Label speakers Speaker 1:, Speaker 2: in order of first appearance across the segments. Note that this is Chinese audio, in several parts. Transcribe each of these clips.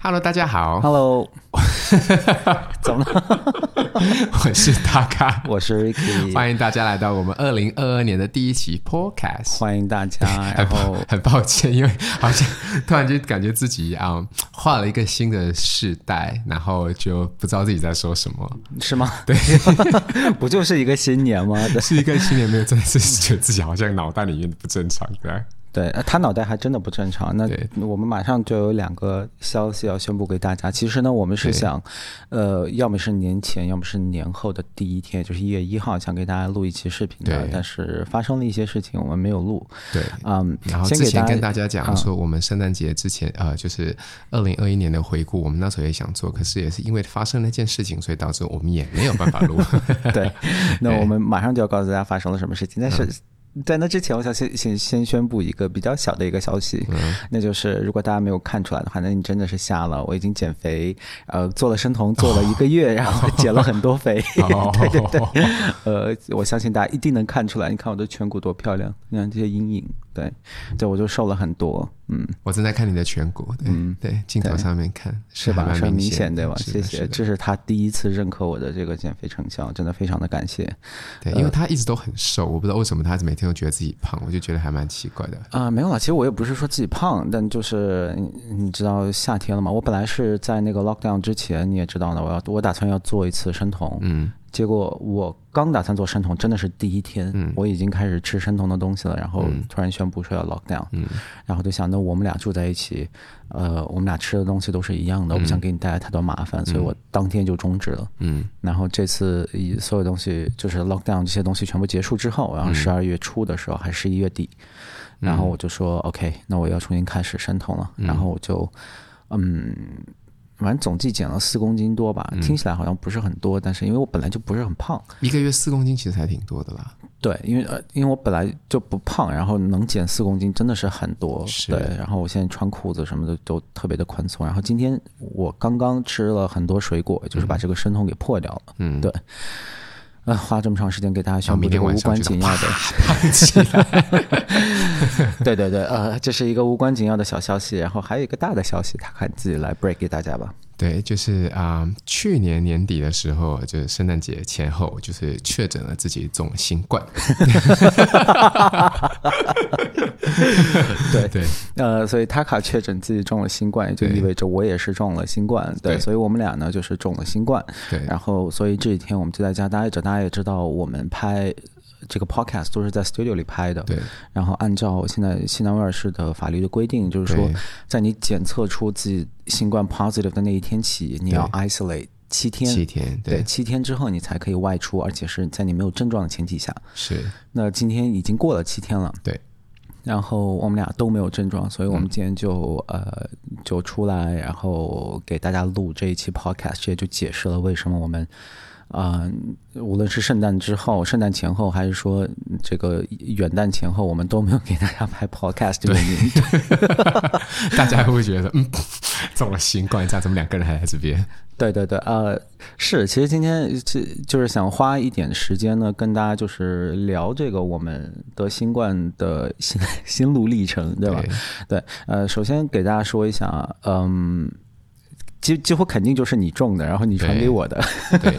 Speaker 1: Hello，大家好，
Speaker 2: Hello，怎么了？
Speaker 1: 我是大咖，
Speaker 2: 我是 Ricky，
Speaker 1: 欢迎大家来到我们二零二二年的第一期 Podcast。
Speaker 2: 欢迎大家。
Speaker 1: 很
Speaker 2: 然
Speaker 1: 抱
Speaker 2: 后
Speaker 1: 很抱歉，因为好像突然就感觉自己啊、嗯换了一个新的世代，然后就不知道自己在说什么，
Speaker 2: 是吗？对， 不就是一个新 年吗？对
Speaker 1: 是一个新年没有真的是觉得自己好像脑袋里面不正常这样。
Speaker 2: 对，呃他脑袋还真的不正常。那
Speaker 1: 对
Speaker 2: 我们马上就有两个消息要宣布给大家。其实呢，我们是
Speaker 1: 对
Speaker 2: 想，呃，要么是年前，要么是年后的第一天，就是一月一号，想给大家录一期视频的
Speaker 1: 对。
Speaker 2: 但是发生了一些事情，我们没有录。
Speaker 1: 对，
Speaker 2: 嗯，
Speaker 1: 然后
Speaker 2: 先
Speaker 1: 之
Speaker 2: 给
Speaker 1: 前
Speaker 2: 大
Speaker 1: 跟
Speaker 2: 家
Speaker 1: 大家讲说，我们圣诞节之前，呃，就是二零二一年的回顾，我们那时候也想做，可是也是因为发生那件事情，所以导致我们也没有办法录。
Speaker 2: 对，那我们马上就要告诉大家发生了什么事情。但
Speaker 1: 嗯
Speaker 2: 是在那之前，我想先先先宣布一个比较小的一个消息，
Speaker 1: 嗯
Speaker 2: 那就是如果大家没有看出来的话，那你真的是瞎了。我已经减肥，呃，做了生酮做了一个月，然后减了很多肥。
Speaker 1: 哦
Speaker 2: 对对对，呃，我相信大家一定能看出来。你看我的颧骨多漂亮，你看这些阴影，对，对我就瘦了很多，嗯，
Speaker 1: 我正在看你的颧骨，对、对，镜头上面看
Speaker 2: 是吧？
Speaker 1: 还
Speaker 2: 是很
Speaker 1: 蛮
Speaker 2: 明
Speaker 1: 显
Speaker 2: 显
Speaker 1: 的
Speaker 2: 对吧？
Speaker 1: 是
Speaker 2: 谢
Speaker 1: 的
Speaker 2: 谢，
Speaker 1: 是的
Speaker 2: 这是他第一次认可我的这个减肥成效，真的非常的感谢。
Speaker 1: 对，
Speaker 2: 呃
Speaker 1: 因为他一直都很瘦，我不知道为什么他每天都觉得自己胖，我就觉得还蛮奇怪的。
Speaker 2: 啊、没有啦，其实我也不是说自己胖，但就是你你知道夏天了嘛，我本来是在那个 lockdown 之前，你也知道的，我要我打算要做一次生酮，
Speaker 1: 嗯，
Speaker 2: 结果我刚打算做生酮，真的是第一天，
Speaker 1: 嗯
Speaker 2: 我已经开始吃生酮的东西了，然后
Speaker 1: 嗯
Speaker 2: 突然宣布说要 lockdown，、
Speaker 1: 嗯
Speaker 2: 然后就想，那我们俩住在一起，呃，我们俩吃的东西都是一样的，我不想给你带来太多麻烦，所以我当天就终止了。
Speaker 1: 嗯
Speaker 2: 然后这次以所有东西就是 lockdown 这些东西全部结束之后，然后十二月初的时候还是一月底，然后我就说 OK，那我要重新开始生酮了，然后我就嗯。反正总计减了四公斤多吧，听起来好像不是很多，但是因为我本来就不是很胖，
Speaker 1: 一个月四公斤其实还挺多的啦。
Speaker 2: 对，因为呃，因为我本来就不胖，然后能减四公斤真的是很多，
Speaker 1: 是
Speaker 2: 对。然后我现在穿裤子什么的都特别的宽松，然后今天我刚刚吃了很多水果，就是把这个生酮给破掉了，
Speaker 1: 嗯，
Speaker 2: 对呃，花这么长时间给大家
Speaker 1: 然后
Speaker 2: 宣布
Speaker 1: 明
Speaker 2: 这
Speaker 1: 天
Speaker 2: 个无
Speaker 1: 晚上
Speaker 2: 关
Speaker 1: 就
Speaker 2: 紧要的，
Speaker 1: 胖起来。
Speaker 2: 对对对，呃，这是一个无关紧要的小消息，然后还有一个大的消息，他看自己来 break 给大家吧。
Speaker 1: 对，就是啊、去年年底的时候，就是圣诞节前后，就是确诊了自己中新冠。
Speaker 2: 对
Speaker 1: 对，
Speaker 2: 呃，所以塔卡确诊自己中了新冠，也就
Speaker 1: 对
Speaker 2: 意味着我也是中了新冠，对，
Speaker 1: 对
Speaker 2: 所以我们俩呢就是中了新冠，
Speaker 1: 对
Speaker 2: 然后所以这几天我们就在家待着，大家也知道我们拍。这个 podcast 都是在 studio 里拍的，
Speaker 1: 对。
Speaker 2: 然后按照现在新南威尔士的法律的规定，就是说
Speaker 1: 对，
Speaker 2: 在你检测出自己新冠 positive 的那一天起，你要 isolate 七天，
Speaker 1: 七天，
Speaker 2: 对，
Speaker 1: 对，
Speaker 2: 七天之后你才可以外出，而且是在你没有症状的前提下。
Speaker 1: 是，
Speaker 2: 那今天已经过了七天了，
Speaker 1: 对，
Speaker 2: 然后我们俩都没有症状，所以我们今天就、呃就出来，然后给大家录这一期 podcast，也就解释了为什么我们。啊、无论是圣诞之后、圣诞前后，还是说这个元旦前后，我们都没有给大家拍 podcast 的原因。
Speaker 1: 大家会不会觉得，嗯， 中了新冠，这样怎么两个人还在这边？
Speaker 2: 对对对，呃，是，其实今天就就是想花一点时间呢，跟大家就是聊这个我们得新冠的 心心路历程，对吧？对，呃，首先给大家说一下啊，嗯，几几乎肯定就是你中的，然后你传给
Speaker 1: 对
Speaker 2: 我的，
Speaker 1: 对，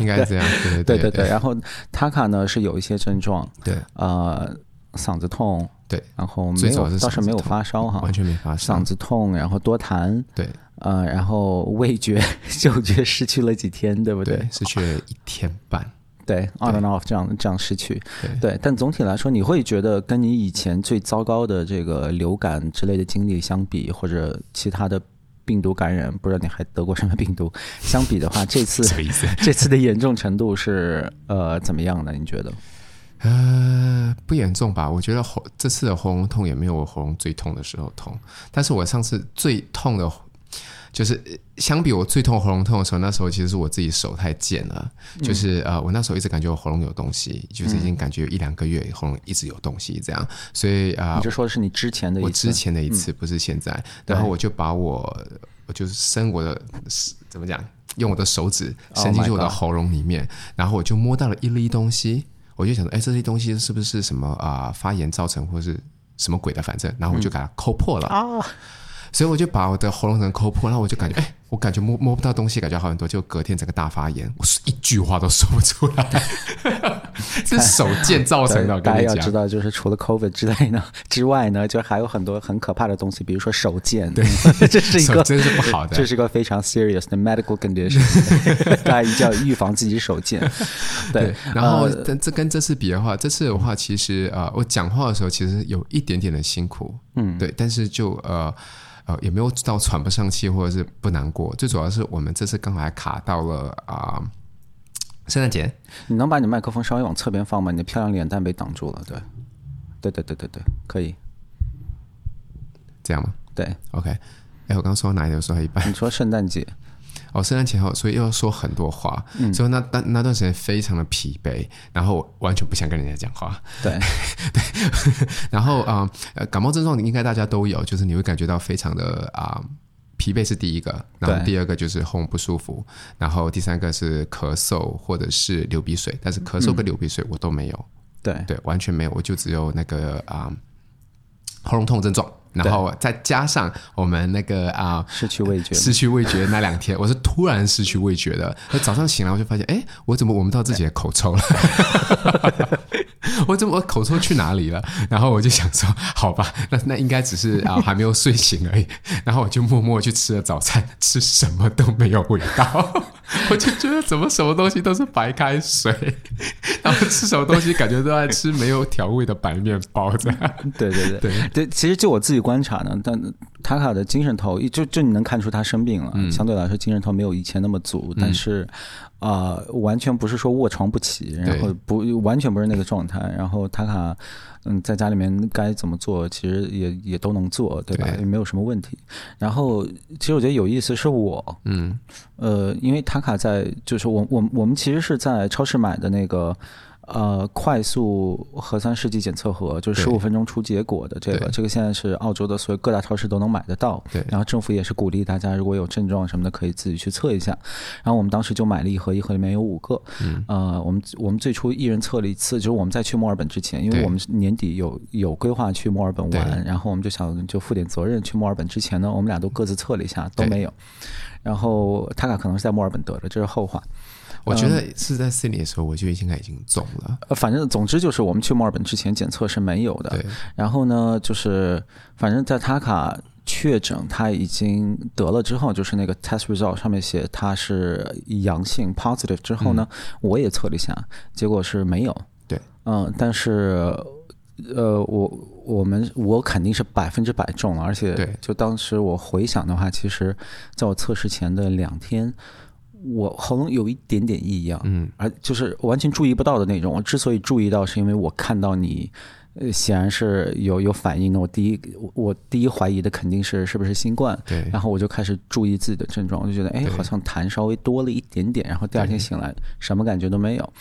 Speaker 1: 应该是这样，对对
Speaker 2: 对对
Speaker 1: 对
Speaker 2: 对。然后塔卡呢是有一些症状，
Speaker 1: 对
Speaker 2: 呃，嗓子痛，
Speaker 1: 对，
Speaker 2: 然后没
Speaker 1: 最主要
Speaker 2: 有
Speaker 1: 是
Speaker 2: 倒是
Speaker 1: 嗓子
Speaker 2: 没有
Speaker 1: 痛
Speaker 2: 发烧哈
Speaker 1: 完，全没发
Speaker 2: 嗓
Speaker 1: 生，
Speaker 2: 子痛，然后多痰，
Speaker 1: 对
Speaker 2: 呃，然后味觉、 嗅觉失去了几天，对不对？
Speaker 1: 对，是去了一天半，
Speaker 2: 对，on and off 这样这样失去，
Speaker 1: 对
Speaker 2: 对，但总体来说，你会觉得跟你以前最糟糕的这个流感之类的经历相比，或者其他的病毒感染，不知道你还得过什么病毒，相比的话，这次
Speaker 1: 什么意思？
Speaker 2: 这次的严重程度是呃怎么样的？你觉得？
Speaker 1: 呃，不严重吧？我觉得喉这次的喉咙痛也没有我喉咙最痛的时候痛，但是我上次最痛的，就是呃相比我最痛喉咙痛的时候，那时候其实是我自己手太贱了，
Speaker 2: 嗯
Speaker 1: 就是、呃，我那时候一直感觉我喉咙有东西，就是已经感觉有一两个月喉咙一直有东西这样，所以啊、
Speaker 2: 你就说的是你之前的
Speaker 1: 我
Speaker 2: 一次嗯
Speaker 1: 之，前的一次不是现在，
Speaker 2: 对
Speaker 1: 然后我就把我我就是伸我的怎么讲，用我的手指
Speaker 2: Oh
Speaker 1: 伸进去
Speaker 2: my
Speaker 1: 我的
Speaker 2: God
Speaker 1: 喉咙里面，然后我就摸到了一粒东西，我就想说，哎，这粒东西是不
Speaker 2: 嗯哦
Speaker 1: 是什么啊、发炎造成，或是什么鬼的，反正，然后我就给它抠破了。所以我就把我的喉咙整个抠破，然后我就感觉，哎、我感觉摸摸不到东西，感觉好很多。就隔天整个大发炎，我是一句话都说不出来， 这是手贱造成的。我跟
Speaker 2: 大家
Speaker 1: 你
Speaker 2: 要知
Speaker 1: 讲，
Speaker 2: 道，就是除了 COVID 之类呢之外呢，就还有很多很可怕的东西，比如说手贱，对， 这是一
Speaker 1: 手
Speaker 2: 个
Speaker 1: 真是不好的
Speaker 2: 这。是一个非常 serious 的 medical condition，大家一定要预防自己手贱。对，
Speaker 1: 然后
Speaker 2: 呃
Speaker 1: 这这跟这次比的话，这次的话，其实呃，我讲话的时候其实有一点点的辛苦，嗯，对，但是就呃呃也没有到喘不上气或者是不难过，最主要是我们这次刚好还卡到了啊、圣诞节，
Speaker 2: 你能把你麦克风稍微往侧边放吗？你的漂亮脸蛋被挡住了。对，对对对对对，可以。
Speaker 1: 这样吗
Speaker 2: 对，
Speaker 1: ？OK，哎，我刚刚说到哪里？我说到一半。
Speaker 2: 你说圣诞节，
Speaker 1: 哦，圣诞前后，所以又要说很多话，
Speaker 2: 嗯
Speaker 1: 所以那那那段时间非常的疲惫，然后我完全不想跟人家讲话。
Speaker 2: 对，
Speaker 1: 然后啊、呃，感冒症状应该大家都有，就是你会感觉到非常的啊、疲惫是第一个，然后
Speaker 2: 对
Speaker 1: 第二个就是喉咙不舒服，然后第三个是咳嗽或者是流鼻水，但是咳
Speaker 2: 嗯
Speaker 1: 嗽跟流鼻水我都没有，
Speaker 2: 对，
Speaker 1: 对，完全没有，我就只有那个啊、喉咙痛症状，然后再加上我们那个啊。
Speaker 2: 失去味觉。
Speaker 1: 失去味觉那两天，我 是突然失去味觉的。那早上醒来我就发现，哎，我怎么闻不到自己的口 臭了？ 我怎么我口臭去哪里了？然后我就想说，好吧，那那应该只是啊、还没有睡醒而已。然后我就默默去吃了早餐，吃什么都没有味道， 我就觉得怎么什么东西都是白开水，然后吃什么东西感觉都在吃没有调味的白面包这样。
Speaker 2: 对对对对，其实就我自己观察呢，但塔卡的精神头，就就你能看出他生病了，
Speaker 1: 嗯
Speaker 2: 相对来说精神头没有以前那么足，但是啊、呃完全不是说卧床不起，然后不完全不是那个状态。然后塔卡，嗯，在家里面该怎么做，其实也也都能做，对吧？
Speaker 1: 对
Speaker 2: 也没有什么问题。然后其实我觉得有意思是我，
Speaker 1: 嗯，
Speaker 2: 呃，因为塔卡在就是我我我们其实是在超市买的那个呃快速核酸试剂检测盒，就是十
Speaker 1: 对
Speaker 2: 五分钟出结果的这个，
Speaker 1: 对
Speaker 2: 这个现在是澳洲的所有各大超市都能买得到。
Speaker 1: 对
Speaker 2: 然后政府也是鼓励大家如果有症状什么的可以自己去测一下。然后我们当时就买了一盒，一盒里面有五个。嗯，呃，我们我们最初一人测了一次，就是我们在去墨尔本之前，因为
Speaker 1: 对
Speaker 2: 我们是年底有有规划去墨尔本玩，然后我们就想就负点责任去墨尔本之前呢，我们俩都各自测了一下，都
Speaker 1: 对
Speaker 2: 没有。然后塔卡可能是在墨尔本得的，这是后话。
Speaker 1: 我觉得是在 Sydney 的时候，我就已经已经中了。
Speaker 2: 呃，反正总之就是我们去墨尔本之前检测是没有的。
Speaker 1: 对，
Speaker 2: 然后呢，就是反正在塔卡确诊他已经得了之后，就是那个 test result 上面写他是阳性 positive 之后呢，我也测了一下，结果是没有。
Speaker 1: 嗯对，
Speaker 2: 嗯，但是呃，我我们我肯定是百分之百中了，而且
Speaker 1: 对
Speaker 2: 就当时我回想的话，其实在我测试前的两天。我喉咙有一点点异样，嗯，而就是完全注意不到的那种。我之所以注意到，是因为我看到你，呃，显然是有有反应的。我第一，我我第一怀疑的肯定是是不是新冠，
Speaker 1: 对
Speaker 2: 然后我就开始注意自己的症状，我就觉得，哎，好像痰稍微多了一点点，然后第二天醒来什么感觉都没有。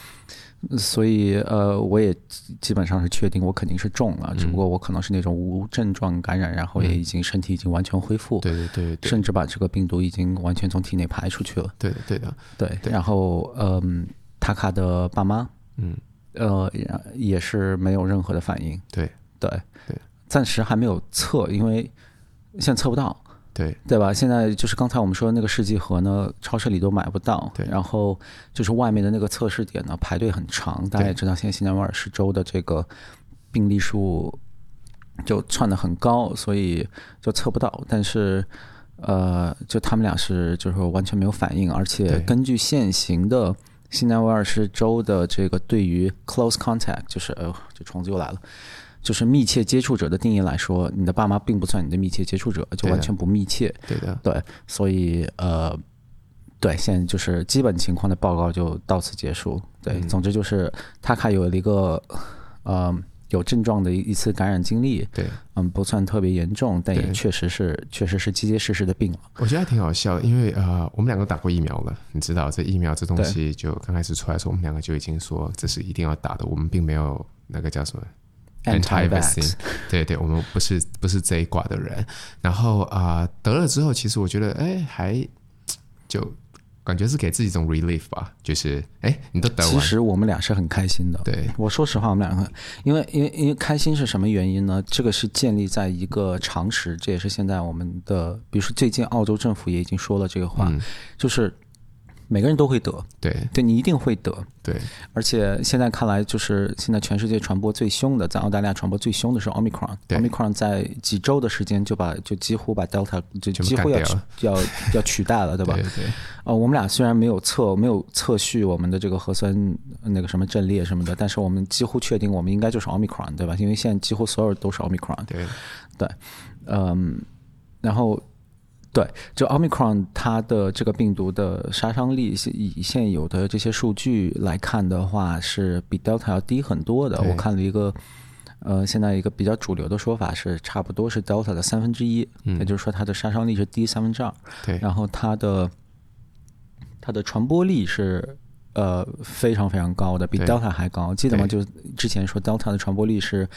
Speaker 2: 所以，呃，我也基本上是确定我肯定是中
Speaker 1: 嗯
Speaker 2: 了，只不过我可能是那种无症状感染，然后也已经身体已经完全恢复，
Speaker 1: 对对对对
Speaker 2: 甚至把这个病毒已经完全从体内排出去了。
Speaker 1: 对的对的，
Speaker 2: 对，然后嗯，塔卡的爸妈，
Speaker 1: 嗯，
Speaker 2: 呃，也是没有任何的反应，
Speaker 1: 对
Speaker 2: 对，
Speaker 1: 对，
Speaker 2: 暂时还没有测，因为现在测不到，
Speaker 1: 对
Speaker 2: 对吧？现在就是刚才我们说的那个试剂盒呢，超市里都买不到。
Speaker 1: 对
Speaker 2: 然后就是外面的那个测试点呢，排队很长。大家也知道，现在新南威尔士州的这个病例数就窜得很高，所以就测不到。但是，呃，就他们俩是就是说完全没有反应，而且
Speaker 1: 对
Speaker 2: 根据现行的新南威尔士州的这个对于 close contact，就是哎呦，这虫子又来了。就是密切接触者的定义来说，你的爸妈并不算你的密切接触者，就
Speaker 1: 对的
Speaker 2: 完全不密切。
Speaker 1: 对的。
Speaker 2: 对，所以呃，对，现在就是基本情况的报告就到此结束。对，总之就是塔卡有了一个呃有症状的一一次感染经历，
Speaker 1: 对，
Speaker 2: 嗯，不算特别严重，但也
Speaker 1: 对
Speaker 2: 确实是确实是结结实实的病了。
Speaker 1: 我觉得还挺好笑的，因为呃，我们两个都打过疫苗了，你知道这疫苗这东西，就刚开始出来的时候，我们两个就已经说这是一定要打的，我们并没有那个叫什么
Speaker 2: Anti-vax，
Speaker 1: 对对，我们不是不是这一挂的人。然后啊、呃得了之后，其实我觉得哎还就感觉是给自己一种 relief 吧，就是哎，你都得
Speaker 2: 其
Speaker 1: 完，
Speaker 2: 实我们俩是很开心的。
Speaker 1: 对，
Speaker 2: 我说实话，我们两个，因为因为因为开心是什么原因呢？这个是建立在一个常识，这也是现在我们的，比如说最近澳洲政府也已经说了这个
Speaker 1: 嗯
Speaker 2: 话，就是每个人都会得，
Speaker 1: 对
Speaker 2: 对你一定会得。
Speaker 1: 对
Speaker 2: 而且现在看来，就是现在全世界传播最凶的，在澳大利亚传播最凶的是 Omicron。
Speaker 1: 对
Speaker 2: Omicron 在几周的时间就把就几乎把 Delta 就
Speaker 1: 全部
Speaker 2: 几乎要
Speaker 1: 干掉了
Speaker 2: 取要要取代了，对吧？
Speaker 1: 对对，
Speaker 2: 呃，我们俩虽然没有测没有测序我们的这个核酸呃那个什么阵列什么的，但是我们几乎确定我们应该就是 Omicron，对吧？因为现在几乎所有都是 Omicron。
Speaker 1: 对
Speaker 2: 对，嗯，然后对，就 Omicron 它的这个病毒的杀伤力，是以现有的这些数据来看的话，是比 Delta 要低很多的。
Speaker 1: 对
Speaker 2: 我看了一个。呃，现在一个比较主流的说法是，差不多是 Delta 的三分之一，
Speaker 1: 嗯
Speaker 2: 也就是说它的杀伤力是低三分之二。
Speaker 1: 对
Speaker 2: 然后它的它的传播力是呃非常非常高的，比
Speaker 1: 对
Speaker 2: Delta 还高。记得吗？
Speaker 1: 对
Speaker 2: 就是之前说 Delta 的传播力是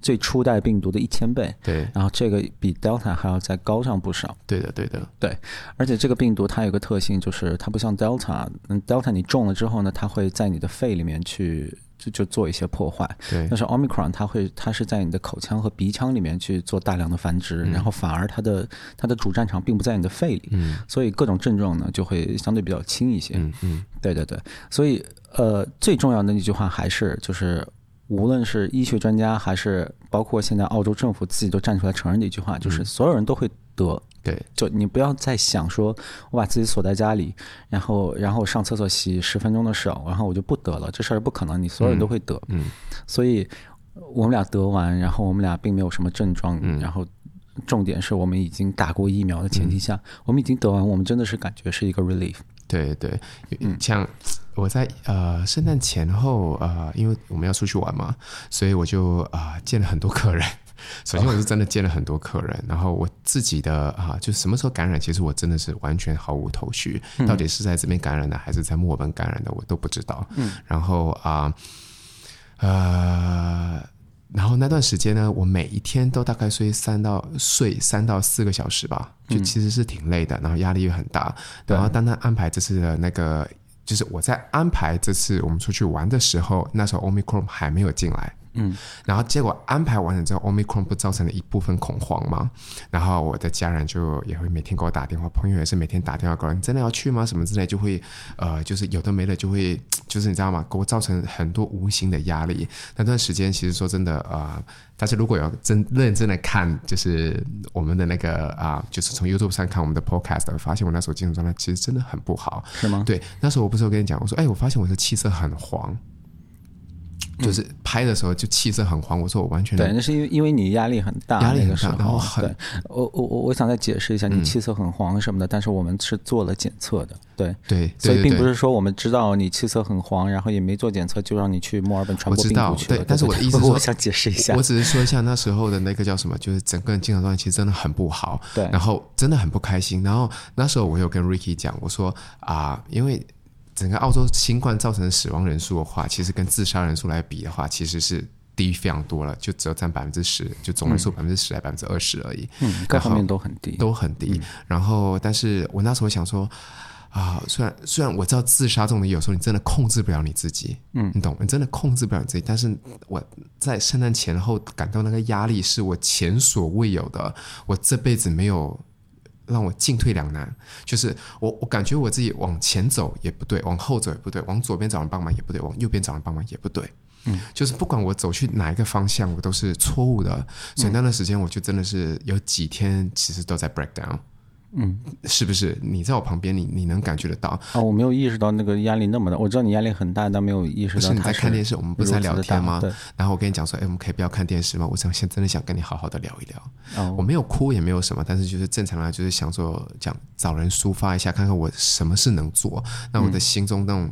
Speaker 2: 最初代病毒的一千倍，
Speaker 1: 对
Speaker 2: 然后这个比 Delta 还要再高上不少。
Speaker 1: 对的对的，
Speaker 2: 对，而且这个病毒它有个特性，就是它不像 Delta，嗯，Delta 你中了之后呢，它会在你的肺里面去就就做一些破坏。
Speaker 1: 对
Speaker 2: 但是 Omicron 它会，它是在你的口腔和鼻腔里面去做大量的繁殖，然后反而它的它的主战场并不在你的肺里，
Speaker 1: 嗯
Speaker 2: 所以各种症状呢就会相对比较轻一些。
Speaker 1: 嗯嗯，
Speaker 2: 对对对，所以呃，最重要的一句话还是就是，无论是医学专家还是包括现在澳洲政府自己都站出来承认的一句话，就是所有人都会得。
Speaker 1: 对
Speaker 2: 就你不要再想说，我把自己锁在家里，然后然后上厕所洗十分钟的手，然后我就不得了，这事儿不可能，你所有人都会得。
Speaker 1: 嗯
Speaker 2: 所以我们俩得完，然后我们俩并没有什么症状，然后重点是我们已经打过疫苗的前提下，我们已经得完，我们真的是感觉是一个 relief。
Speaker 1: 对对，像我在呃圣诞前后呃，因为我们要出去玩嘛，所以我就啊、呃见了很多客人。首先，我是真的见了很多客人，然后我自己的啊，就什么时候感染，其实我真的是完全毫无头绪，到底是在这边感染的，还是在墨尔本感染的，我都不知道。嗯，然后啊、呃，然后那段时间呢，我每一天都大概睡三到睡三到四个小时吧，就其实是挺累的，然后压力也很大。然后单单安排这次的那个，就是我在安排这次我们出去玩的时候，那时候 Omicron 还没有进来。嗯，然后结果安排完了之后，Omicron 不造成了一部分恐慌吗？然后我的家人就也会每天给我打电话，朋友也是每天打电话给我，你真的要去吗？什么之类，就会呃，就是有的没的，就会就是你知道吗？给我造成很多无形的压力。那段时间其实说真的啊、呃，但是如果有真认真的看，就是我们的那个啊、就是从 YouTube 上看我们的 Podcast，发现我那时候精神状态其实真的很不好，
Speaker 2: 是吗？
Speaker 1: 对，那时候我不是有跟你讲，我说，哎，我发现我的气色很黄，就是拍的时候就气色很黄。我说我完全
Speaker 2: 对，那是因为因为你压力很大，
Speaker 1: 嗯压力
Speaker 2: 那个
Speaker 1: 很
Speaker 2: 时
Speaker 1: 大然后
Speaker 2: 候。
Speaker 1: 很嗯
Speaker 2: 对，我我我我想再解释一下，你气色很黄什么的，但是我们是做了检测的，对，
Speaker 1: 对，对
Speaker 2: 所以
Speaker 1: 对
Speaker 2: 并
Speaker 1: 对
Speaker 2: 不是说我们知道你气色很黄，然后也没做检测就让你去墨尔本传
Speaker 1: 我
Speaker 2: 播
Speaker 1: 知
Speaker 2: 病毒
Speaker 1: 道
Speaker 2: 去
Speaker 1: 对
Speaker 2: 了。
Speaker 1: 但是我的
Speaker 2: 对
Speaker 1: 意思是
Speaker 2: 我
Speaker 1: 说
Speaker 2: 想解释一下
Speaker 1: 我，只是说一下那时候的那个叫什么，就是整个人精神状态其实真的很不好，
Speaker 2: 对
Speaker 1: 然后真的很不开心。然后那时候我有跟 Ricky 讲，我说啊、因为整个澳洲新冠造成的死亡人数的话，其实跟自杀人数来比的话，其实是低非常多了，就只有占百分之十，就总人数百分之十还百分之二十而已。
Speaker 2: 嗯，各方面都很低，
Speaker 1: 都很低。然后，但是我那时候想说。啊，虽然虽然我知道自杀这种东西，有时候你真的控制不了你自己，嗯，你懂，你真的控制不了你自己。但是我在圣诞前后感到那个压力是我前所未有的，我这辈子没有让我进退两难。就是我我感觉我自己往前走也不对，往后走也不对，往左边找人帮忙也不对，往右边找人帮忙也不对。就是不管我走去哪一个方向，我都是错误的。所以那段时间，我就真的是有几天其实都在 break down。嗯，是不是？你在我旁边，你你能感觉得到？
Speaker 2: 啊、我没有意识到那个压力那么大，我知道你压力很大，但没有意识
Speaker 1: 不
Speaker 2: 到
Speaker 1: 是你
Speaker 2: 它
Speaker 1: 在看电视，我们不是在聊天吗
Speaker 2: 如此？
Speaker 1: 然后我跟你讲说，哎，我们可以不要看电视吗？我想现真的想跟你好好的聊一聊。
Speaker 2: 哦
Speaker 1: 我没有哭，也没有什么，但是就是正常来，就是想说讲找人抒发一下，看看我什么事能做。那我的心中那种，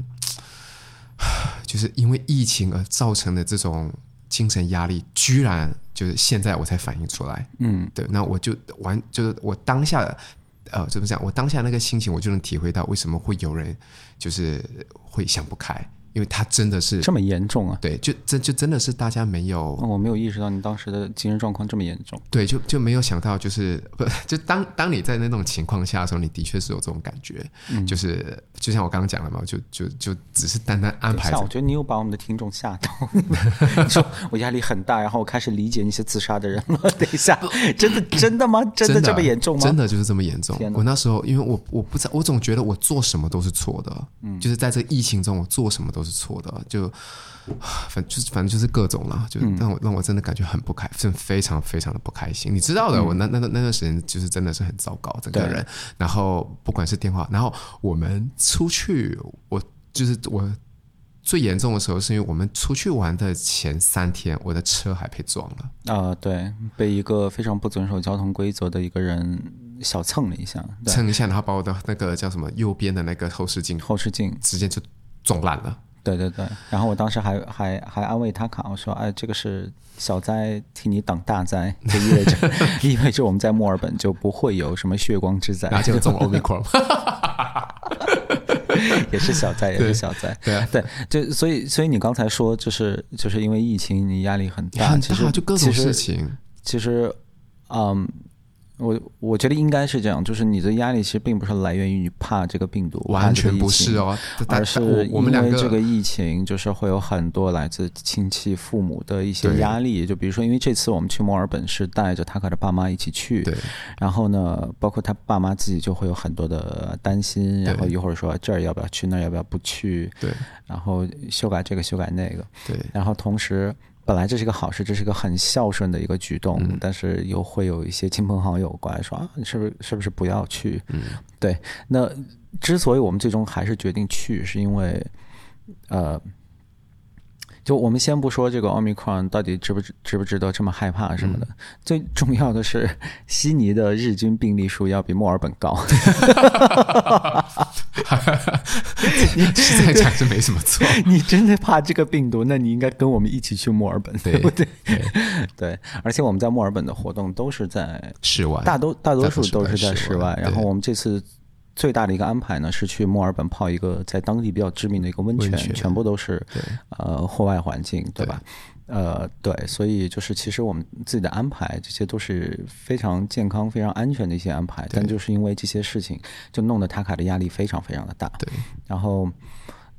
Speaker 1: 就是因为疫情而造成的这种精神压力，居然就是现在我才反应出来。嗯，对，那我就完，就是我当下的。呃，怎么讲？我当下那个心情，我就能体会到为什么会有人就是会想不开，因为它真的是
Speaker 2: 这么严重啊？
Speaker 1: 对，就真就真的是大家没有
Speaker 2: 哦我没有意识到你当时的精神状况这么严重。
Speaker 1: 对，就就没有想到，就是不就当当你在那种情况下的时候，你的确是有这种感觉，就是就像我刚刚讲的嘛，就就就只是单单安
Speaker 2: 等一
Speaker 1: 排
Speaker 2: 下，
Speaker 1: 着
Speaker 2: 我觉得你又把我们的听众吓到。你说我压力很大，然后我开始理解那些自杀的人了。等一下，真的真的吗？真的这么严重吗？
Speaker 1: 真的就是这么严重
Speaker 2: 天。哪
Speaker 1: 我那时候因为我我不知道，我总觉得我做什么都是错的，
Speaker 2: 嗯
Speaker 1: 就是在这疫情中我做什么都是错的，就 反就是反正就是各种啦，就
Speaker 2: 嗯
Speaker 1: 让我让我真的感觉很不开，真的非常非常的不开心。你知道的，我那那那那段时间就是真的是很糟糕，整个
Speaker 2: 嗯对
Speaker 1: 人。然后不管是电话，然后我们出去，我就是我。最严重的时候是因为我们出去玩的前三天，我的车还被撞了。
Speaker 2: 啊、对，被一个非常不遵守交通规则的一个人小蹭了一下，对，
Speaker 1: 蹭一下，然后把我的那个叫什么右边的那个后视镜
Speaker 2: 后视镜，
Speaker 1: 直接就撞烂了。
Speaker 2: 对对对。然后我当时还还还安慰他卡，我说，哎，这个是小灾替你挡大灾，就意味着意味着我们在墨尔本就不会有什么血光 之灾，
Speaker 1: 然后就中 omicron，
Speaker 2: 也是 小灾，也是小灾。
Speaker 1: 对啊，
Speaker 2: 对，就所以所以你刚才说，就是就是因为疫情，你压力很大，
Speaker 1: 很
Speaker 2: 其实
Speaker 1: 大，就各种
Speaker 2: 其实
Speaker 1: 事情。
Speaker 2: 其实，嗯，我我觉得应该是这样，就是你的压力其实并不是来源于你怕这个病毒，
Speaker 1: 完全不是
Speaker 2: 哦。
Speaker 1: 哦，但
Speaker 2: 而
Speaker 1: 但
Speaker 2: 是
Speaker 1: 我我们两
Speaker 2: 因为这
Speaker 1: 个
Speaker 2: 个疫情，就是会有很多来自亲戚、父母的一些
Speaker 1: 对
Speaker 2: 压力。就比如说，因为这次我们去墨尔本是带着他和他爸妈一起去，
Speaker 1: 对
Speaker 2: 然后呢，包括他爸妈自己就会有很多的担心，然后一会儿说这儿要不要去，那儿要不要不去，
Speaker 1: 对
Speaker 2: 然后修改这个修改那个，
Speaker 1: 对
Speaker 2: 然后同时。本来这是一个好事，这是一个很孝顺的一个举动，但是又会有一些亲朋好友过来说啊，你是不是是不是不要去？嗯，对。那之所以我们最终还是决定去，是因为，呃，就我们先不说这个 Omicron 到底值不值值不值得这么害怕什么的，最重要的是悉尼的日均病例数要比墨尔本高。
Speaker 1: 对，现在讲是没什么错。
Speaker 2: 你真的怕这个病毒，那你应该跟我们一起去墨尔本，
Speaker 1: 对
Speaker 2: 不对？ 对，而且我们在墨尔本的活动都是在
Speaker 1: 试完
Speaker 2: 大多大多
Speaker 1: 哎大
Speaker 2: 数
Speaker 1: 多数
Speaker 2: 都是
Speaker 1: 在
Speaker 2: 在
Speaker 1: 室
Speaker 2: 室外
Speaker 1: 外。对
Speaker 2: 然后我们这次最大的一个安排呢，是去墨尔本泡一个在当地比较知名的一个温泉，
Speaker 1: 温泉
Speaker 2: 全部都是呃户外环境，对吧？呃，对，所以就是其实我们自己的安排，这些都是非常健康、非常安全的一些安排，但就是因为这些事情，就弄得塔卡的压力非常非常的大。
Speaker 1: 对，
Speaker 2: 然后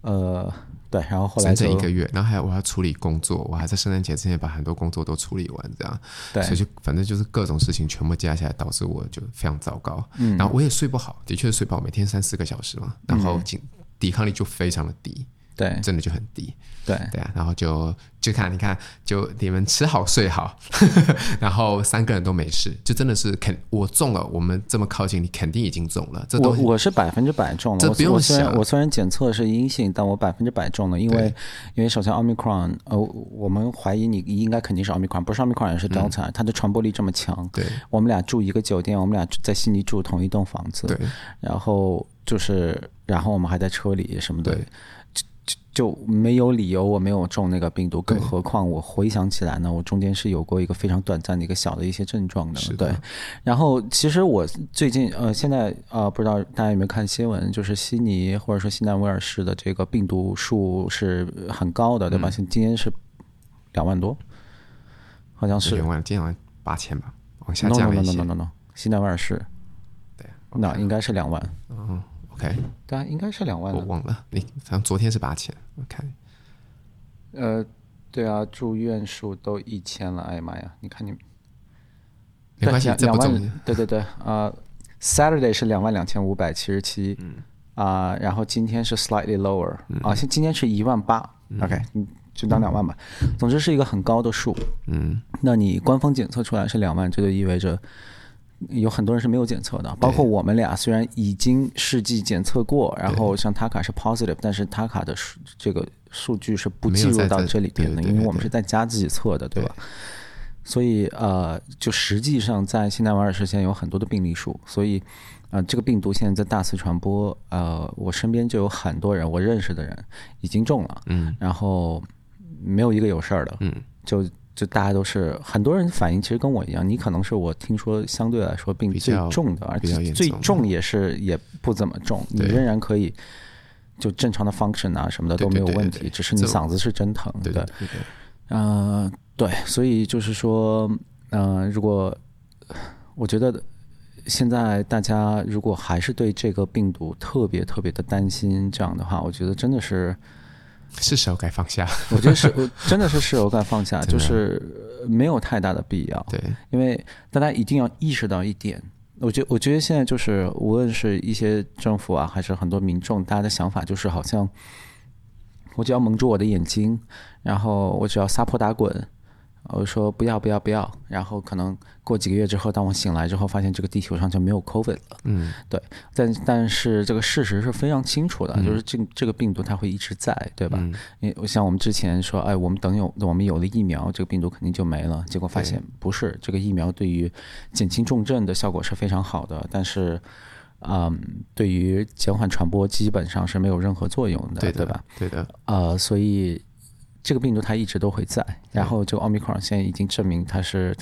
Speaker 2: 呃，对，然后后来
Speaker 1: 整
Speaker 2: 就
Speaker 1: 整一个月，然后还有我要处理工作，我还在圣诞节之前把很多工作都处理完，这样，
Speaker 2: 对
Speaker 1: 所以就反正就是各种事情全部加起来，导致我就非常糟糕。嗯，然后我也睡不好，的确睡不好，每天三四个小时嘛，然后抵抵抗力就非常的低，
Speaker 2: 对
Speaker 1: 真的就很低。
Speaker 2: 对
Speaker 1: 对啊，然后就就看你看，就你们吃好睡好， 然后三个人都没事，就真的是肯我中了，我们这么靠近，你肯定已经中了，这
Speaker 2: 我
Speaker 1: 东西
Speaker 2: 我是百分之百中了，
Speaker 1: 这
Speaker 2: 我
Speaker 1: 不用
Speaker 2: 我虽然
Speaker 1: 想
Speaker 2: 我虽然检测是阴性，但我百分之百中了，因为因为首先 omicron，呃，我们怀疑你应该肯定是 omicron，不是 omicron 也是 delta，、它的传播力这么强。
Speaker 1: 嗯对
Speaker 2: 我们俩住一个酒店，我们俩住在悉尼住同一栋房子，
Speaker 1: 对
Speaker 2: 然后就是然后我们还在车里什么的
Speaker 1: 对，
Speaker 2: 就没有理由我没有中那个病毒，更何况我回想起来呢，我中间是有过一个非常短暂的一个小的一些症状的，对。然后其实我最近呃，现在呃，不知道大家有没有看新闻，就是悉尼或者说西南威尔士的这个病毒数是很高的，
Speaker 1: 嗯
Speaker 2: 对吧？现今天是两万多，好像是
Speaker 1: 是。万，今天晚上八千吧，往下
Speaker 2: no
Speaker 1: 降了
Speaker 2: no no
Speaker 1: 一
Speaker 2: no
Speaker 1: 些
Speaker 2: no no no，西南威尔士
Speaker 1: 对
Speaker 2: 那应该是两万，
Speaker 1: 嗯，OK，
Speaker 2: 对啊，应该是两万
Speaker 1: 我
Speaker 2: 的。
Speaker 1: 忘了，你好像昨天是八千，OK，
Speaker 2: 呃，对啊，住院数都一千了，哎呀妈呀！你看你们，
Speaker 1: 没关系
Speaker 2: 对，
Speaker 1: 这
Speaker 2: 两
Speaker 1: 不重
Speaker 2: 万，对对对，啊 s a t u r d a y 是两万两千五百七十七，啊，然后今天是 slightly lower，啊，现今天是一万八，OK，你就当两万吧。总之是一个很高的数，
Speaker 1: 嗯，
Speaker 2: 那你官方检测出来是两万，这就意味着有很多人是没有检测的，包括我们俩虽然已经试剂检测过，然后像塔卡是 positive，但是塔卡的数这个数据是不计入到这里边
Speaker 1: 没
Speaker 2: 的，
Speaker 1: 有在这对对对
Speaker 2: 因为我们是在家自己测的，对吧？所以呃，就实际上在西南瓦尔士现在有很多的病例数，所以呃，这个病毒现在在大肆传播。呃，我身边就有很多人，我认识的人已经中了，嗯，然后没有一个有事儿的，嗯，就就大家都是很多人反应其实跟我一样，你可能是我听说相对来说病
Speaker 1: 比
Speaker 2: 最
Speaker 1: 较
Speaker 2: 重的，而
Speaker 1: 比较
Speaker 2: 且
Speaker 1: 严
Speaker 2: 最
Speaker 1: 重的
Speaker 2: 重也是也不怎么重，你
Speaker 1: 对
Speaker 2: 仍然可以。就正常的 function 啊什么的
Speaker 1: 对
Speaker 2: 都
Speaker 1: 对
Speaker 2: 没有
Speaker 1: 对
Speaker 2: 问
Speaker 1: 对
Speaker 2: 题，
Speaker 1: 对
Speaker 2: 只是你
Speaker 1: 这
Speaker 2: 嗓子是真疼。
Speaker 1: 对对对对，
Speaker 2: 嗯，对，所以就是说，嗯，如果我觉得现在大家如果还是对这个病毒特别特别的担心，这样的话，我觉得真的是，
Speaker 1: 是时候该放下。
Speaker 2: 我觉得是，我真的是事有该放下，
Speaker 1: 真的
Speaker 2: 就是呃没有太大的必要。
Speaker 1: 对，
Speaker 2: 因为大家一定要意识到一点，我觉我觉得现在就是无论是一些政府啊，还是很多民众，大家的想法就是好像我只要蒙住我的眼睛，然后我只要撒泼打滚。我说不要不要不要，然后可能过几个月之后，当我醒来之后，发现这个地球上就没有 COVID 了。
Speaker 1: 嗯，
Speaker 2: 但但是这个事实是非常清楚的，
Speaker 1: 嗯
Speaker 2: 就是这这个病毒它会一直在，对吧？
Speaker 1: 嗯
Speaker 2: 因为像我们之前说，哎，我们等有我们有了疫苗，这个病毒肯定就没了。结果发现不是，这个疫苗对于减轻重症的效果是非常好的，但是，嗯，对于减缓传播基本上是没有任何作用的，
Speaker 1: 对的
Speaker 2: 吧？？
Speaker 1: 对的，
Speaker 2: 呃，所以这个病毒它一直都会在。然后这个奥密克戎现在已经证明它是，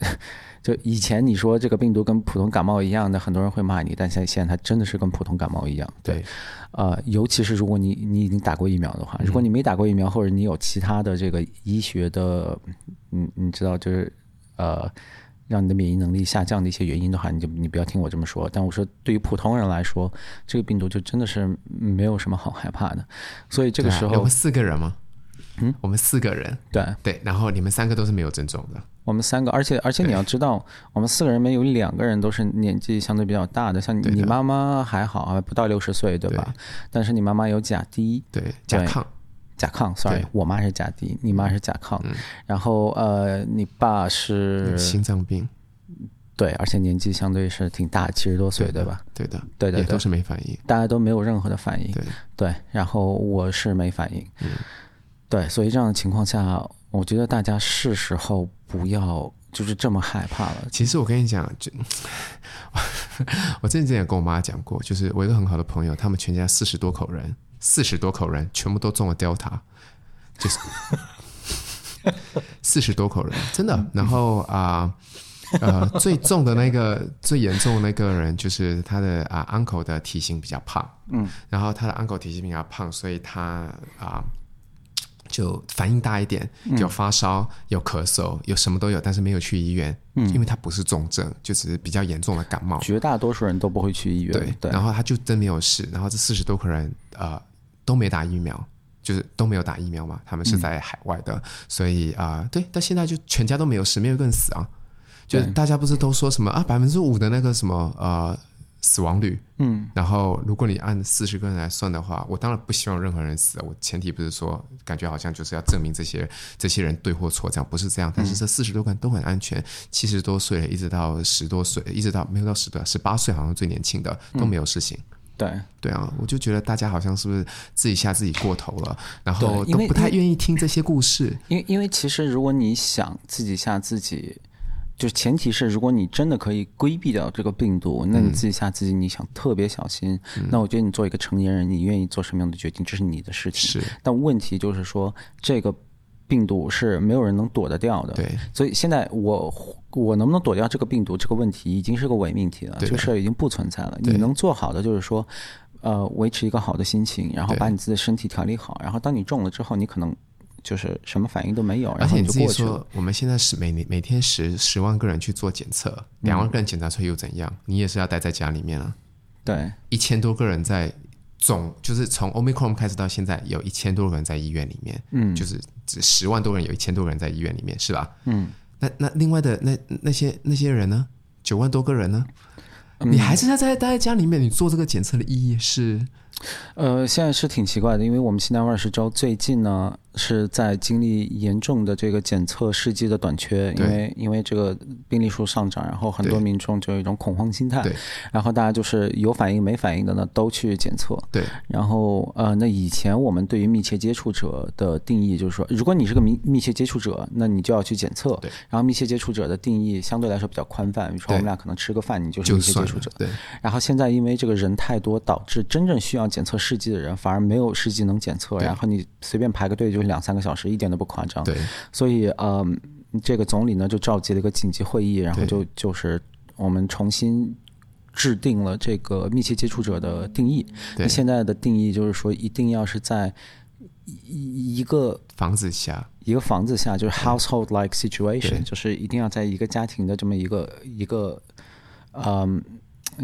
Speaker 2: 它 就以前你说这个病毒跟普通感冒一样的，很多人会骂你，但现在现在它真的是跟普通感冒一样。
Speaker 1: 对，
Speaker 2: 呃，尤其是如果你你已经打过疫苗的话，
Speaker 1: 嗯
Speaker 2: 如果你没打过疫苗，或者你有其他的这个医学的，嗯，你知道就是呃，让你的免疫能力下降的一些原因的话，你就你不要听我这么说。但我说，对于普通人来说，这个病毒就真的是没有什么好害怕的。所以这个
Speaker 1: 对啊
Speaker 2: 时
Speaker 1: 哎我
Speaker 2: 候，
Speaker 1: 们四个人吗？
Speaker 2: 嗯，
Speaker 1: 我们四个人，
Speaker 2: 对
Speaker 1: 对，然后你们三个都是没有症状的，
Speaker 2: 我们三个，而且而且你要知道，我们四个人里面有两个人都是年纪相对比较大的，像你
Speaker 1: 对的
Speaker 2: 你妈妈还好啊，不到六十岁，对吧？但是你妈妈有甲低。
Speaker 1: 对，甲
Speaker 2: 对
Speaker 1: 亢，
Speaker 2: 甲亢，sorry，
Speaker 1: 对嗯
Speaker 2: 我妈是甲低，你妈是甲亢，然后呃，你爸是
Speaker 1: 心脏病，
Speaker 2: 对，而且年纪相对是挺大，七十多岁，对吧？？
Speaker 1: 对的，
Speaker 2: 对对
Speaker 1: 也
Speaker 2: 对
Speaker 1: 都，是没反应，
Speaker 2: 大家都没有任何的反应，
Speaker 1: 对嗯
Speaker 2: 对，然后我是没反应，对，所以这样的情况下，我觉得大家是时候不要就是这么害怕了，
Speaker 1: 其实我跟你讲，就 我之前也跟我妈讲过，就是我有一个很好的朋友，他们全家四十多口人，四十多口人全部都中了 Delta，就是 四十多口人，真的。然后啊。呃，最重的那个、最严重的那个人，就是他的啊、uncle 的体型比较胖，嗯，然后他的 uncle 体型比较胖，所以他啊、就反应大一点，有发烧、有咳嗽、有什么都有，但是没有去医院，因为他不是重症，就只是比较严重的感冒。
Speaker 2: 绝大多数人都不会去医院，
Speaker 1: 对，
Speaker 2: 对
Speaker 1: 然后他就真没有事。然后这四十多个人，呃，都没打疫苗，就是都没有打疫苗嘛，他们
Speaker 2: 嗯
Speaker 1: 是在海外的，所以啊、呃对，但现在就全家都没有事，没有一个人死啊。就
Speaker 2: 对
Speaker 1: 大家不是都说什么啊，百分之五的那个什么呃死亡率，嗯，然后如果你按四十个人来算的话，我当然不希望任何人死啊，我前提不是说感觉好像就是要证明这些这些人对或错，这样不是这样，但是
Speaker 2: 嗯
Speaker 1: 这四十多个人都很安全，七十多岁一直到十多岁，一直到没有到十多，十八岁好像最年轻的
Speaker 2: 嗯
Speaker 1: 都没有事情。
Speaker 2: 对
Speaker 1: 对啊，我就觉得大家好像是不是自己吓自己过头了，然后都
Speaker 2: 对因为
Speaker 1: 不太愿意听这些故 事。
Speaker 2: 因为因为其实如果你想自己吓自己，就前提是如果你真的可以规避掉这个病毒，那你自己吓自己，你想特别小心，
Speaker 1: 嗯
Speaker 2: 那我觉得你作为一个成年人，你愿意做什么样的决定，这是你的事情。
Speaker 1: 是
Speaker 2: 但问题就是说，这个病毒是没有人能躲得掉的。
Speaker 1: 对，
Speaker 2: 所以现在我我能不能躲掉这个病毒这个问题，已经是个伪命题了，
Speaker 1: 对的
Speaker 2: 这个事儿已经不存在了。
Speaker 1: 对
Speaker 2: 你能做好的就是说，呃，维持一个好的心情，然后把你自己的身体调理好，然后当你中了之后，你可能就是什么反应都没有，
Speaker 1: 而
Speaker 2: 然后
Speaker 1: 且你
Speaker 2: 你就
Speaker 1: 自己
Speaker 2: 过去了。
Speaker 1: 说，我们现在十每每天十十万个人去做检测，
Speaker 2: 嗯
Speaker 1: 两万个人检查出来又怎样？你也是要待在家里面啊。
Speaker 2: 对
Speaker 1: 一千多个人在总就是从 Omicron 开始到现在，有一千多个人在医院里面，嗯，就是只十万多个人有一千多个人在医院里面，是吧？嗯，那那另外的那那些那些人呢？九万多个人呢？
Speaker 2: 嗯
Speaker 1: 你还是要在待在家里面，你做这个检测的意义是？
Speaker 2: 呃，现在是挺奇怪的，因为我们西南威尔士州最近呢是在经历严重的这个检测试剂的短缺，因
Speaker 1: 对
Speaker 2: 为因为这个病例数上涨，然后很多
Speaker 1: 对
Speaker 2: 民众就有一种恐慌心态
Speaker 1: 对，
Speaker 2: 然后大家就是有反应没反应的呢都去检测，
Speaker 1: 对
Speaker 2: 然后呃，那以前我们对于密切接触者的定义就是说，如果你是个密密切接触者，那你就要去检测。
Speaker 1: 对。
Speaker 2: 然后密切接触者的定义相对来说比较宽泛，比如说
Speaker 1: 对
Speaker 2: 我们俩可能吃个饭，你就是
Speaker 1: 就
Speaker 2: 密切接
Speaker 1: 算
Speaker 2: 触
Speaker 1: 了
Speaker 2: 者。，
Speaker 1: 对
Speaker 2: 然后现在因为这个人太多，导致真正需要检测试剂的人反而没有试剂能检测，
Speaker 1: 对
Speaker 2: 然后你随便排个队就两三个小时，一点都不夸张。
Speaker 1: 对
Speaker 2: 所以，嗯，这个总理呢就召集了一个紧急会议，然后
Speaker 1: 对
Speaker 2: 就就是我们重新制定了这个密切接触者的定义。
Speaker 1: 对，
Speaker 2: 现在的定义就是说，一定要是在一一个
Speaker 1: 房子下，
Speaker 2: 一个房子下，就是 household like
Speaker 1: 对
Speaker 2: situation，就是一定要在一个家庭的这么一个一个，嗯，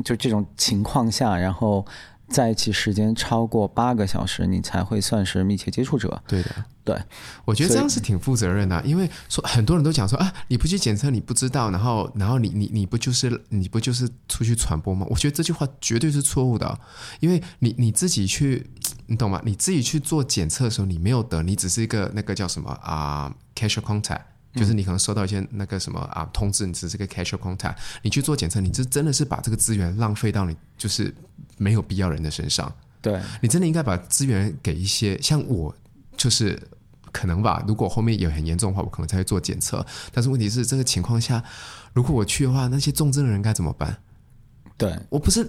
Speaker 2: 就这种情况下，然后在一起时间超过八个小时，你才会算是密切接触者。
Speaker 1: 对的，
Speaker 2: 对，
Speaker 1: 我觉得
Speaker 2: 所
Speaker 1: 这
Speaker 2: 以
Speaker 1: 样是挺负责任的啊、因为说很多人都讲说啊，你不去检测你不知道，然后然后你你你不就是你不就是出去传播吗？我觉得这句话绝对是错误的啊，因为你你自己去，你懂吗？你自己去做检测的时候，你没有得，你只是一个那个叫什么啊、casual contact。就是你可能收到一些那个什么啊通知，你只是个 casual contact，你去做检测，你是真的是把这个资源浪费到你就是没有必要人的身上。
Speaker 2: 对，
Speaker 1: 你真的应该把资源给一些像我，就是可能吧。如果后面也很严重的话，我可能才会做检测。但是问题是，这个情况下，如果我去的话，那些重症的人该怎么办？
Speaker 2: 对，
Speaker 1: 我不是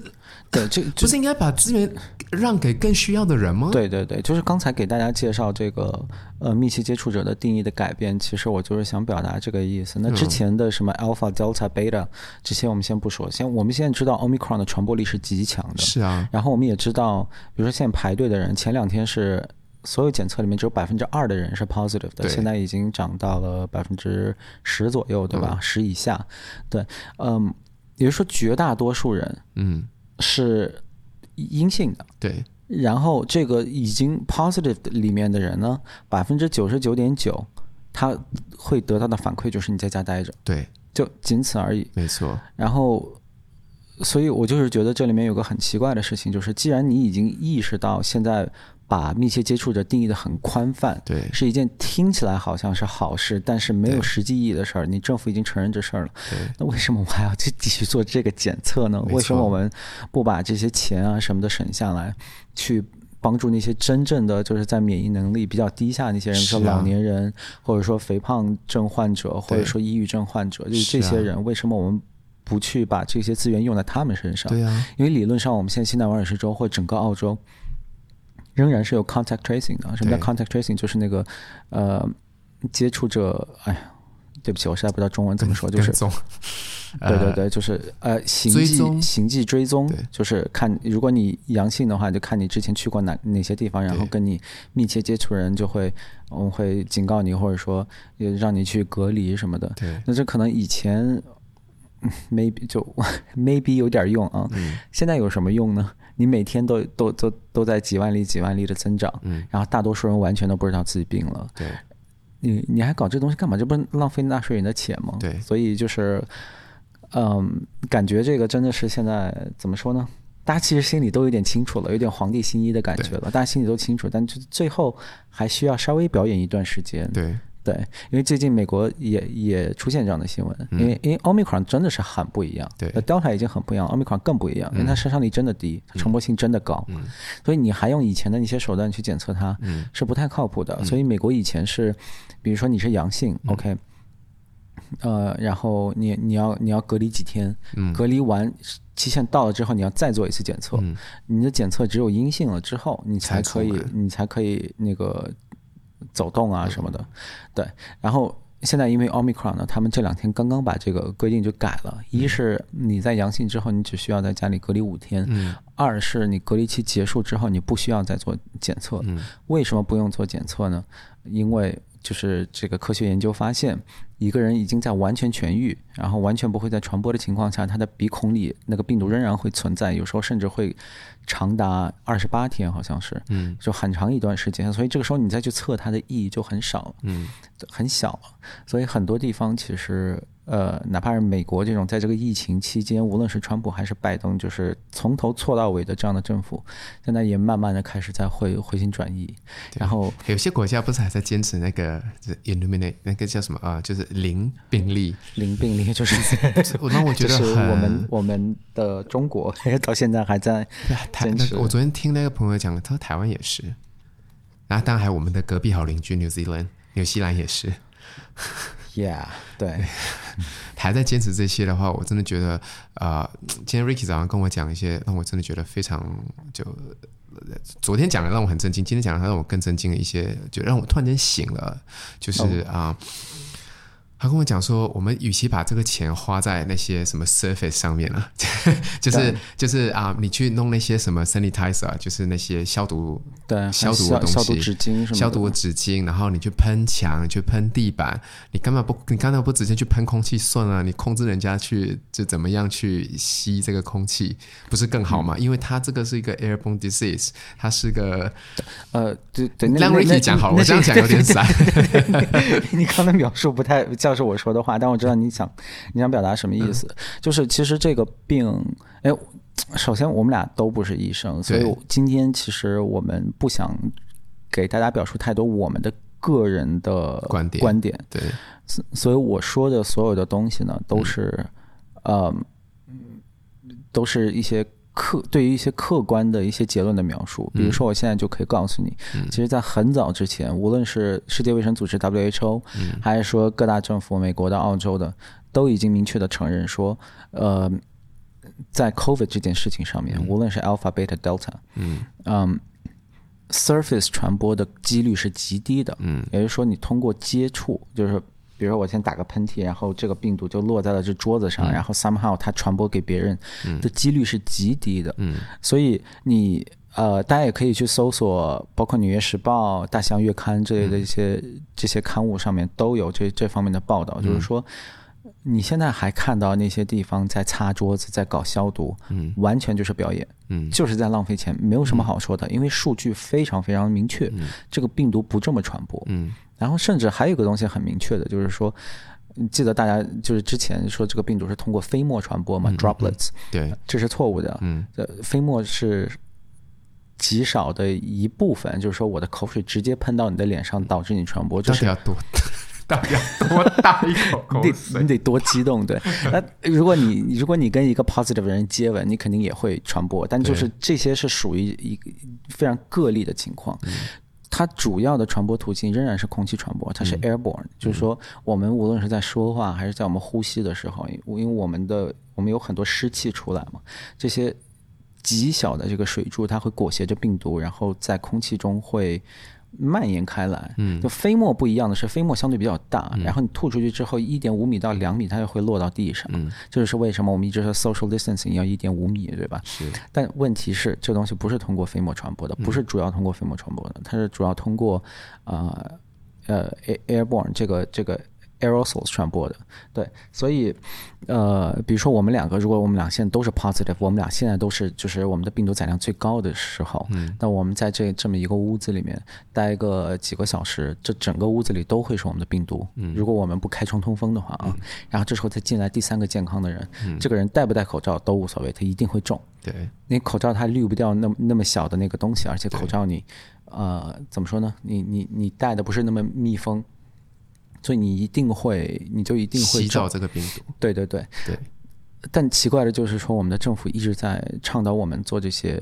Speaker 2: 对，这
Speaker 1: 不是应该把资源让给更需要的人吗？
Speaker 2: 对对对，就是刚才给大家介绍这个呃密切接触者的定义的改变，其实我就是想表达这个意思。那
Speaker 1: 嗯
Speaker 2: 之前的什么 alpha、delta、beta 这些我们先不说，先我们现在知道 omicron 的传播力是极强的，
Speaker 1: 是啊，
Speaker 2: 然后我们也知道，比如说现在排队的人，前两天是所有检测里面只有百分之二的人是 positive 的，
Speaker 1: 对
Speaker 2: 现在已经涨到了百分之十左右，对
Speaker 1: 嗯
Speaker 2: 吧？十、以下，对，嗯，也就是说绝大多数人
Speaker 1: 嗯，
Speaker 2: 是阴性的。
Speaker 1: 对，
Speaker 2: 然后这个已经 positive 里面的人呢，百分之九十九点九，他会得到的反馈就是你在家待着，
Speaker 1: 对，
Speaker 2: 就仅此而已。
Speaker 1: 没错，
Speaker 2: 然后，所以我就是觉得这里面有个很奇怪的事情，就是既然你已经意识到现在把密切接触者定义的很宽泛，
Speaker 1: 对，
Speaker 2: 是一件听起来好像是好事，但是没有实际意义的事儿，你政府已经承认这事儿了，
Speaker 1: 对，
Speaker 2: 那为什么我还要去继续做这个检测呢
Speaker 1: 没？错
Speaker 2: 为什么我们不把这些钱啊什么的省下来，去帮助那些真正的就是在免疫能力比较低下那些人，比如
Speaker 1: 是啊
Speaker 2: 说老年人，或者说肥胖症患者，或者说抑郁症患者，就是这
Speaker 1: 是
Speaker 2: 些
Speaker 1: 啊
Speaker 2: 人，为什么我们不去把这些资源用在他们身上？
Speaker 1: 对啊，
Speaker 2: 因为理论上我们现在新南威尔士州或整个澳洲仍然是有 contact tracing 的。什么叫
Speaker 1: 对
Speaker 2: contact tracing？就是那个呃接触者，哎呀，对不起，我实在不知道中文怎么说，就是
Speaker 1: 跟踪，
Speaker 2: 对对
Speaker 1: 呃，
Speaker 2: 对，就是呃，行
Speaker 1: 追
Speaker 2: 迹
Speaker 1: 踪
Speaker 2: 行迹追踪
Speaker 1: 对，
Speaker 2: 就是看如果你阳性的话，就看你之前去过哪哪些地方，然后
Speaker 1: 对
Speaker 2: 跟你密切接触人就会，我们会警告你，或者说也让你去隔离什么的。
Speaker 1: 对，
Speaker 2: 那这可能以前嗯 maybe 就 maybe 有点用啊，
Speaker 1: 嗯
Speaker 2: 现在有什么用呢？你每天都都都都在几万例几万例的增长，
Speaker 1: 嗯，
Speaker 2: 然后大多数人完全都不知道自己病了，
Speaker 1: 对，
Speaker 2: 你你还搞这东西干嘛？这不是浪费纳税人的钱吗？
Speaker 1: 对
Speaker 2: 所以就是，嗯，感觉这个真的是现在怎么说呢？大家其实心里都有点清楚了，有点皇帝新衣的感觉了，大家心里都清楚，但就最后还需要稍微表演一段时间。
Speaker 1: 对，
Speaker 2: 对，因为最近美国也也出现这样的新闻，因为因为 Omicron 真的是很不一样，
Speaker 1: 对
Speaker 2: 那 Delta 已经很不一样，Omicron 更不一样，因为它杀伤力真的低，它传播性真的高，所以你还用以前的那些手段去检测它，是不太靠谱的。所以美国以前是，比如说你是阳性，OK。呃，然后你你要你要隔离几天，隔离完期限到了之后，你要再做一次检测。
Speaker 1: 嗯
Speaker 2: 你的检测只有阴性了之后，你才
Speaker 1: 才出
Speaker 2: 可以
Speaker 1: 门
Speaker 2: 你才可以那个走动啊什么的。对，然后现在因为 Omicron 呢，他们这两天刚刚把这个规定就改了，一是你在阳性之后，你只需要在家里隔离五天；二是你隔离期结束之后，你不需要再做检测。为什么不用做检测呢？因为就是这个科学研究发现，一个人已经在完全痊愈，然后完全不会再传播的情况下，他的鼻孔里那个病毒仍然会存在，有时候甚至会长达二十八天，好像是，
Speaker 1: 嗯，
Speaker 2: 就很长一段时间。所以这个时候你再去测它的意义就很少了，
Speaker 1: 嗯，
Speaker 2: 很小了。所以很多地方其实，呃，哪怕是美国这种在这个疫情期间，无论是川普还是拜登，就是从头错到尾的这样的政府，现在也慢慢的开始在回回心转意，然后。
Speaker 1: 有些国家不是还在坚持那个就是 eliminate 那个叫什么啊、就是零病例，
Speaker 2: 零病例就是
Speaker 1: 我 那我觉得
Speaker 2: 就是
Speaker 1: 很
Speaker 2: 我们我们的中国 到现在还在
Speaker 1: 对啊，台
Speaker 2: 坚
Speaker 1: 那
Speaker 2: 持
Speaker 1: 个我昨天听那个朋友讲，他说台湾也是，然后当然还有我们的隔壁好邻居 New Zealand、纽西兰也是，
Speaker 2: ，Yeah，对，
Speaker 1: 还在坚持这些的话，我真的觉得，呃，今天 Ricky 早上跟我讲一些让我真的觉得非常就，呃昨天讲的让我很震惊，今天
Speaker 2: 哦
Speaker 1: 讲的让我更震惊的一些，就让我突然间醒了，就是啊、他跟我讲说，我们与其把这个钱花在那些什么 surface 上面啊， 就是就是啊，你去弄那些什么 sanitizer，啊就是那些消毒
Speaker 2: 对，
Speaker 1: 消毒的
Speaker 2: 消
Speaker 1: 东西
Speaker 2: 消毒纸巾什么的，
Speaker 1: 消毒纸巾，然后你去喷墙，你去喷地板，你干嘛不你干嘛不直接去喷空气算了、你控制人家去就怎么样去吸这个空气，不是更好
Speaker 2: 嗯
Speaker 1: 吗？因为它这个是一个 airborne disease，它是个
Speaker 2: 呃，对对，那
Speaker 1: 让
Speaker 2: 那
Speaker 1: Ricky
Speaker 2: 那
Speaker 1: 讲好了，
Speaker 2: 那
Speaker 1: 我这样讲有点 散。
Speaker 2: 你刚才描述不太像是我说的话，但我知道你想你想表达什么意
Speaker 1: 嗯
Speaker 2: 思。就是其实这个病，哎，首先我们俩都不是医生，所以
Speaker 1: 对
Speaker 2: 我今天其实我们不想给大家表述太多我们的个人的
Speaker 1: 观点
Speaker 2: 观点，
Speaker 1: 对，
Speaker 2: 所所以我说的所有的东西呢，都是，呃，都是一些客对于一些客观的一些结论的描述。比如说，我现在就可以告诉你，其实，在很早之前，无论是世界卫生组织 WHO，、还是说各大政府，美国的、澳洲的，都已经明确的承认说，呃，在 COVID 这件事情上面，无论是 Alpha、Beta、Delta，
Speaker 1: 嗯
Speaker 2: 嗯，surface 传播的几率是极低的。
Speaker 1: 嗯，
Speaker 2: 也就是说，你通过接触，就是比如说我先打个喷嚏，然后这个病毒就落在了这桌子上，
Speaker 1: 嗯
Speaker 2: 然后 somehow 它传播给别人的几率是极低的。
Speaker 1: 嗯，
Speaker 2: 所以你呃，大家也可以去搜索，包括《纽约时报》《大西洋月刊》之类的一些、
Speaker 1: 嗯
Speaker 2: 这些刊物上面都有这这方面的报道，就是说。你现在还看到那些地方在擦桌子，在搞消毒，
Speaker 1: 嗯
Speaker 2: 完全就是表演，
Speaker 1: 嗯
Speaker 2: 就是在浪费钱，没有什么好说的，因为数据非常非常明确，这个病毒不这么传播。
Speaker 1: 嗯
Speaker 2: 然后甚至还有一个东西很明确的，就是说，嗯记得大家就是之前说这个病毒是通过飞沫传播嘛，droplets，
Speaker 1: 对，
Speaker 2: 这是错误的。
Speaker 1: 嗯
Speaker 2: 呃，飞沫是极少的一部分，就是说我的口水直接喷到你的脸
Speaker 1: 嗯
Speaker 2: 上，导致你传播，这
Speaker 1: 到
Speaker 2: 是
Speaker 1: 底要 多到底要多大一口口
Speaker 2: 你得
Speaker 1: 水
Speaker 2: 你？得多激动，对。那如果你如果你跟一个 positive 的人接吻，你肯定也会传播，但就是这些是属于一个非常个例的情况。它主要的传播途径仍然是空气传播，它是 airborne，、就是说我们无论是在说话还是在我们呼吸的时候，因因为我们的我们有很多湿气出来嘛，这些极小的这个水柱，它会裹挟着病毒，然后在空气中会蔓延开来。嗯，就飞沫不一样的是，飞沫相对比较大，然后你吐出去之后，一点五米到两米，它就会落到地上。嗯，这就是为什么我们一直说 social distancing 要一点五米，对吧？
Speaker 1: 是，
Speaker 2: 但问题是，这东西不是通过飞沫传播的，不是主要通过飞沫传播的，它是主要通过啊呃 air- airborne 这个这个 aerosols 传播的。对，所以呃，比如说我们两个，如果我们俩现在都是 positive，我们俩现在都是就是我们的病毒载量最高的时候，那我们在这这么一个屋子里面待个几个小时，这整个屋子里都会是我们的病毒。如果我们不开窗通风的话啊，然后这时候再进来第三个健康的人，这个人戴不戴口罩都无所谓，他一定会中。
Speaker 1: 对，
Speaker 2: 你口罩它滤不掉那么那么小的那个东西，而且口罩你，呃，怎么说呢？你你你戴的不是那么密封，所以你一定会，你就一定会
Speaker 1: 吸
Speaker 2: 中
Speaker 1: 到这个病毒，
Speaker 2: 对对对。
Speaker 1: 对，
Speaker 2: 但奇怪的就是说，我们的政府一直在倡导我们做这些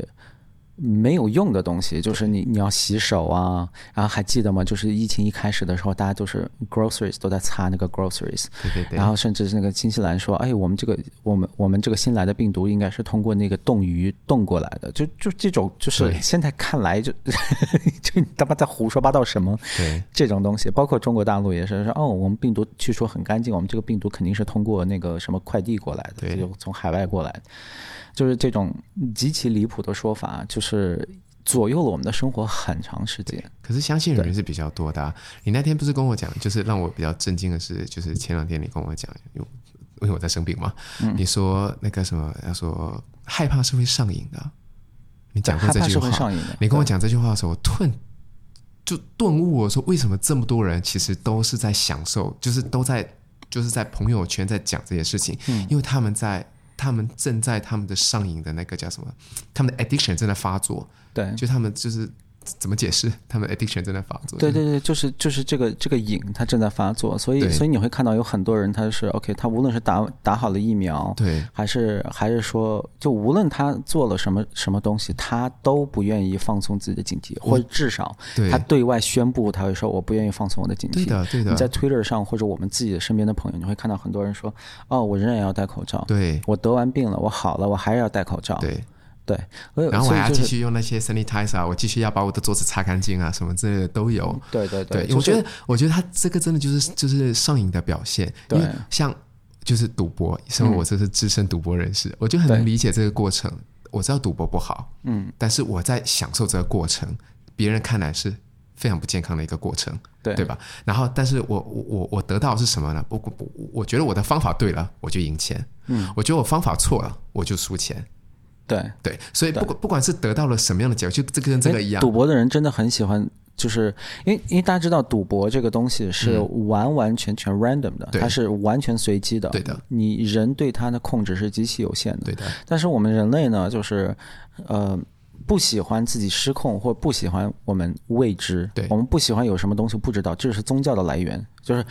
Speaker 2: 没有用的东西，就是你你要洗手啊，然后还记得吗？就是疫情一开始的时候，大家都是 groceries 都在擦那个 groceries，
Speaker 1: 对对对，
Speaker 2: 然后甚至是那个新西兰说，哎，我们这个我们我们这个新来的病毒应该是通过那个冻鱼冻过来的，就就这种就是
Speaker 1: 对
Speaker 2: 现在看来就 就你他妈在胡说八道什么？
Speaker 1: 对
Speaker 2: 这种东西，包括中国大陆也是说，哦，我们病毒据说很干净，我们这个病毒肯定是通过那个什么快递过来的，
Speaker 1: 对
Speaker 2: 就从海外过来的，就是这种极其离谱的说法，就是左右了我们的生活很长时间。
Speaker 1: 可是相信的人是比较多的啊、你那天不是跟我讲，就是让我比较震惊的是，就是前两天你跟我讲，因为因为我在生病嘛，
Speaker 2: 嗯
Speaker 1: 你说那个什么，他说害怕是会上瘾的啊，你讲过
Speaker 2: 害
Speaker 1: 这
Speaker 2: 怕
Speaker 1: 句
Speaker 2: 是会
Speaker 1: 话，
Speaker 2: 上瘾的。
Speaker 1: 你跟我
Speaker 2: 对
Speaker 1: 讲这句话的时候，我顿就顿悟，我说为什么这么多人其实都是在享受，就是都在就是在朋友圈在讲这些事情，
Speaker 2: 嗯
Speaker 1: 因为他们在他们正在他们的上瘾的那个叫什么，他们的 addiction 正在发作，
Speaker 2: 对
Speaker 1: 就他们就是怎么解释他们 addiction 正在发作？
Speaker 2: 对对对，就是就是这个这个瘾它正在发作，所以
Speaker 1: 对
Speaker 2: 所以你会看到有很多人他是 OK，他无论是打打好了疫苗，
Speaker 1: 对
Speaker 2: 还是还是说，就无论他做了什么什么东西，他都不愿意放松自己的警惕，或者至少
Speaker 1: 对
Speaker 2: 他对外宣布他会说我不愿意放松我的警
Speaker 1: 对
Speaker 2: 惕。
Speaker 1: 的对
Speaker 2: 你在
Speaker 1: 的
Speaker 2: Twitter 上或者我们自己的身边的朋友，你会看到很多人说哦，我仍然要戴口罩，
Speaker 1: 对
Speaker 2: 我得完病了，我好了，我还是要戴口罩。
Speaker 1: 对
Speaker 2: 对，所以
Speaker 1: 然后我还要
Speaker 2: 哦所以
Speaker 1: 继
Speaker 2: 就是
Speaker 1: 续用那些 sanitizer，我继啊续要把我的桌子擦干净啊，什么之类的都有。
Speaker 2: 对对
Speaker 1: 对，
Speaker 2: 就是
Speaker 1: 我觉得，我觉得他这个真的就是就是上瘾的表现，
Speaker 2: 对
Speaker 1: 因为像就是赌博，身为我这是资深赌博人士，我就很能理解这个过程。我知道赌博不好，嗯，但是我在享受这个过程，别人看来是非常不健康的一个过程，
Speaker 2: 对
Speaker 1: 对吧？然后，但是我我我我得到的是什么呢？我我我我觉得我的方法对了，我就赢钱，嗯，我觉得我方法错了，我就输钱，
Speaker 2: 对
Speaker 1: 对，所以不管不管是得到了什么样的结果，就这个跟这个一样，
Speaker 2: 哎赌博的人真的很喜欢，就是因为因为大家知道赌博这个东西是完完全全 random 的，
Speaker 1: 嗯对
Speaker 2: 它是完全随机的。
Speaker 1: 对的，
Speaker 2: 你人对它的控制是极其有限的。
Speaker 1: 对的，
Speaker 2: 但是我们人类呢，就是呃。不喜欢自己失控，或不喜欢我们未知，
Speaker 1: 对
Speaker 2: 我们不喜欢有什么东西不知道，这是宗教的来源。就是，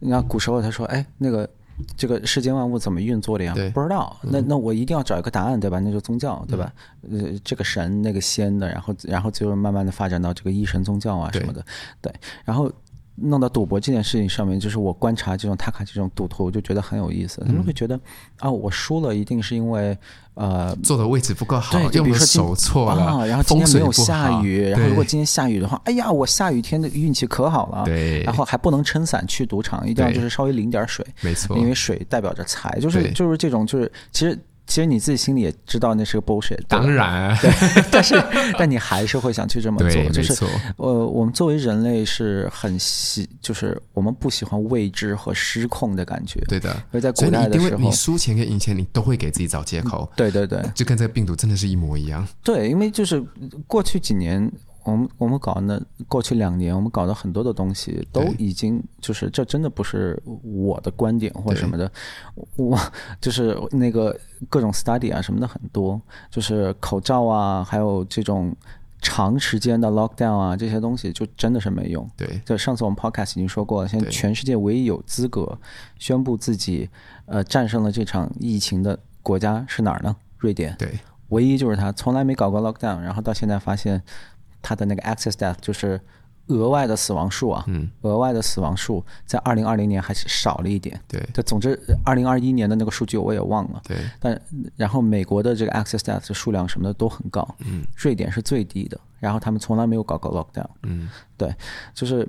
Speaker 2: 你看古时候他说，哎，那个这个世间万物怎么运作的呀
Speaker 1: 对？嗯
Speaker 2: 不知道，那那我一定要找一个答案，对吧？那就宗教，对吧？呃，这个神那个仙的，然后然后就是慢慢的发展到这个一神宗教啊什么的，对，然后。弄到赌博这件事情上面，就是我观察这种塔卡这种赌徒，我就觉得很有意思。他们
Speaker 1: 嗯
Speaker 2: 会觉得，啊，我输了一定是因为，呃，
Speaker 1: 坐的位置不够好，
Speaker 2: 对，就
Speaker 1: 用
Speaker 2: 比如
Speaker 1: 的
Speaker 2: 说今
Speaker 1: 手错了，
Speaker 2: 啊，然后今
Speaker 1: 风
Speaker 2: 天
Speaker 1: 水
Speaker 2: 没有
Speaker 1: 不好
Speaker 2: 下雨，然后
Speaker 1: 对
Speaker 2: 如果今天下雨的话，哎呀，我下雨天的运气可好了，
Speaker 1: 对
Speaker 2: 然后还不能撑伞去赌场，一定要就是稍微淋点水，
Speaker 1: 没错，
Speaker 2: 因为水代表着财，就是
Speaker 1: 对
Speaker 2: 就是这种就是其实其实你自己心里也知道那是个 bullshit，对吧
Speaker 1: 当，然，
Speaker 2: 但是但你还是会想去这么做，
Speaker 1: 对，
Speaker 2: 就
Speaker 1: 没
Speaker 2: 是
Speaker 1: 错，
Speaker 2: 呃，我们作为人类是很喜，就是我们不喜欢未知和失控的感觉，
Speaker 1: 对的。
Speaker 2: 所以在
Speaker 1: 所
Speaker 2: 古
Speaker 1: 以你
Speaker 2: 代
Speaker 1: 一
Speaker 2: 的
Speaker 1: 定会，
Speaker 2: 时候
Speaker 1: 你，输钱跟赢钱，你都会给自己找借口，
Speaker 2: 对对对，
Speaker 1: 就跟这个病毒真的是一模一样。
Speaker 2: 对，因为就是过去几年，我们我们搞的过去两年，我们搞的很多的东西都
Speaker 1: 对
Speaker 2: 已经就是这真的不是我的观点或
Speaker 1: 对
Speaker 2: 什么的，我就是那个各种 study 啊什么的很多，就是口罩啊，还有这种长时间的 lockdown 啊这些东西就真的是没用。
Speaker 1: 对，
Speaker 2: 就上次我们 podcast 已经说过了，现在
Speaker 1: 对
Speaker 2: 全世界唯一有资格宣布自己呃战胜了这场疫情的国家是哪儿呢？瑞典。
Speaker 1: 对，
Speaker 2: 唯一就是他从来没搞过 lockdown，然后到现在发现他的那个 access death 就是额外的死亡数啊，
Speaker 1: 嗯，
Speaker 2: 额外的死亡数在二零二零年还是少了一点。
Speaker 1: 对，
Speaker 2: 这总之，二零二一年的那个数据我也忘了，
Speaker 1: 对，
Speaker 2: 但然后美国的这个 access death 的数量什么的都很高，嗯，瑞典是最低的，然后他们从来没有搞过 lockdown，
Speaker 1: 嗯，
Speaker 2: 对，就是，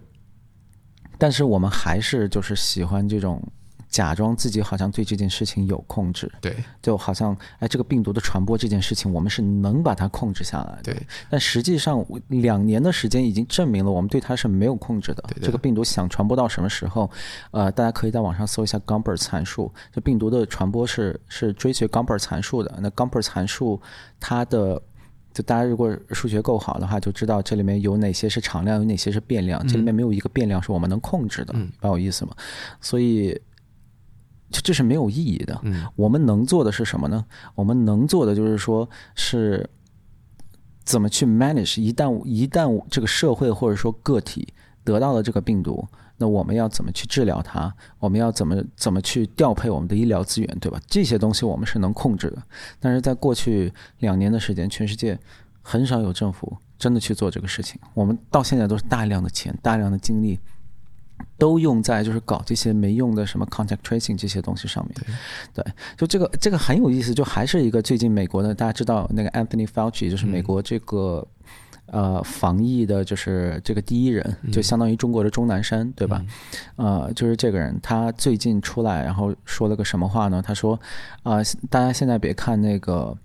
Speaker 2: 但是我们还是就是喜欢这种假装自己好像对这件事情有控制，
Speaker 1: 对，
Speaker 2: 就好像哎，这个病毒的传播这件事情，我们是能把它控制下来的。
Speaker 1: 对，
Speaker 2: 但实际上，我两年的时间已经证明了我们对它是没有控制的。
Speaker 1: 对的
Speaker 2: 这个病毒想传播到什么时候？呃，大家可以在网上搜一下 Gumbert 参数，这病毒的传播是是追随 Gumbert 参数的。那 Gumbert 参数它的。就大家如果数学够好的话，就知道这里面有哪些是常量，有哪些是变
Speaker 1: 嗯
Speaker 2: 量。这里面没有一个变量是我们能控制的，明白我意思吗？所以这这是没有意义的。我们能做的是什么呢？我们能做的就是说，是怎么去 manage。一旦一旦这个社会或者说个体得到了这个病毒，那我们要怎么去治疗它？我们要怎么怎么去调配我们的医疗资源，对吧？这些东西我们是能控制的。但是在过去两年的时间，全世界很少有政府真的去做这个事情。我们到现在都是大量的钱、大量的精力。都用在就是搞这些没用的什么 contact tracing 这些东西上面，对，就这个这个很有意思，就还是一个最近美国的，大家知道那个 Anthony Fauci 就是美国这个、呃防疫的，就是这个第一人，就相当于中国的钟南山，对吧？呃，就是这个人，他最近出来，然后说了个什么话呢？他说，啊、大家现在别看那个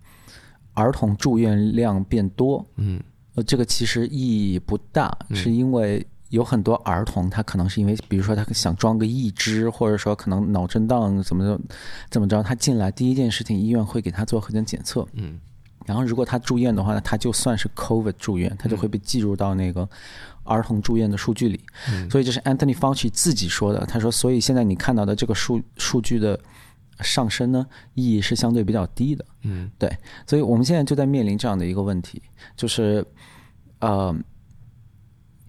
Speaker 2: 儿童住院量变多，
Speaker 1: 嗯，
Speaker 2: 呃，这个其实意义不大，是因为有很多儿童他可能是因为，比如说他想装个义肢，或者说可能脑震荡怎么着怎么着，他进来第一件事情，医院会给他做核酸检测，
Speaker 1: 嗯，
Speaker 2: 然后如果他住院的话呢，他就算是 COVID 住院，他就会被计入到那个儿童住院的数据里。所以这是 Anthony Fauci 自己说的，他说，所以现在你看到的这个数数据的上升呢，意义是相对比较低的。
Speaker 1: 嗯，
Speaker 2: 对，所以我们现在就在面临这样的一个问题，就是呃。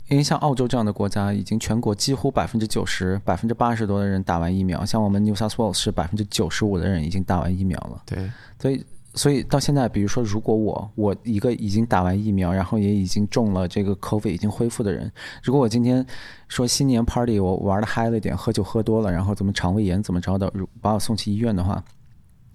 Speaker 2: 因为像澳洲这样的国家，已经全国几乎百分之九十、百分之八十多的人打完疫苗，像我们 New South Wales 是百分之九十五的人已经打完疫苗了。
Speaker 1: 对，
Speaker 2: 所以，所以到现在，比如说，如果我我一个已经打完疫苗，然后也已经中了这个 COVID 已经恢复的人，如果我今天说新年 party 我玩的嗨了一点，喝酒喝多了，然后怎么肠胃炎怎么着的，如把我送去医院的话，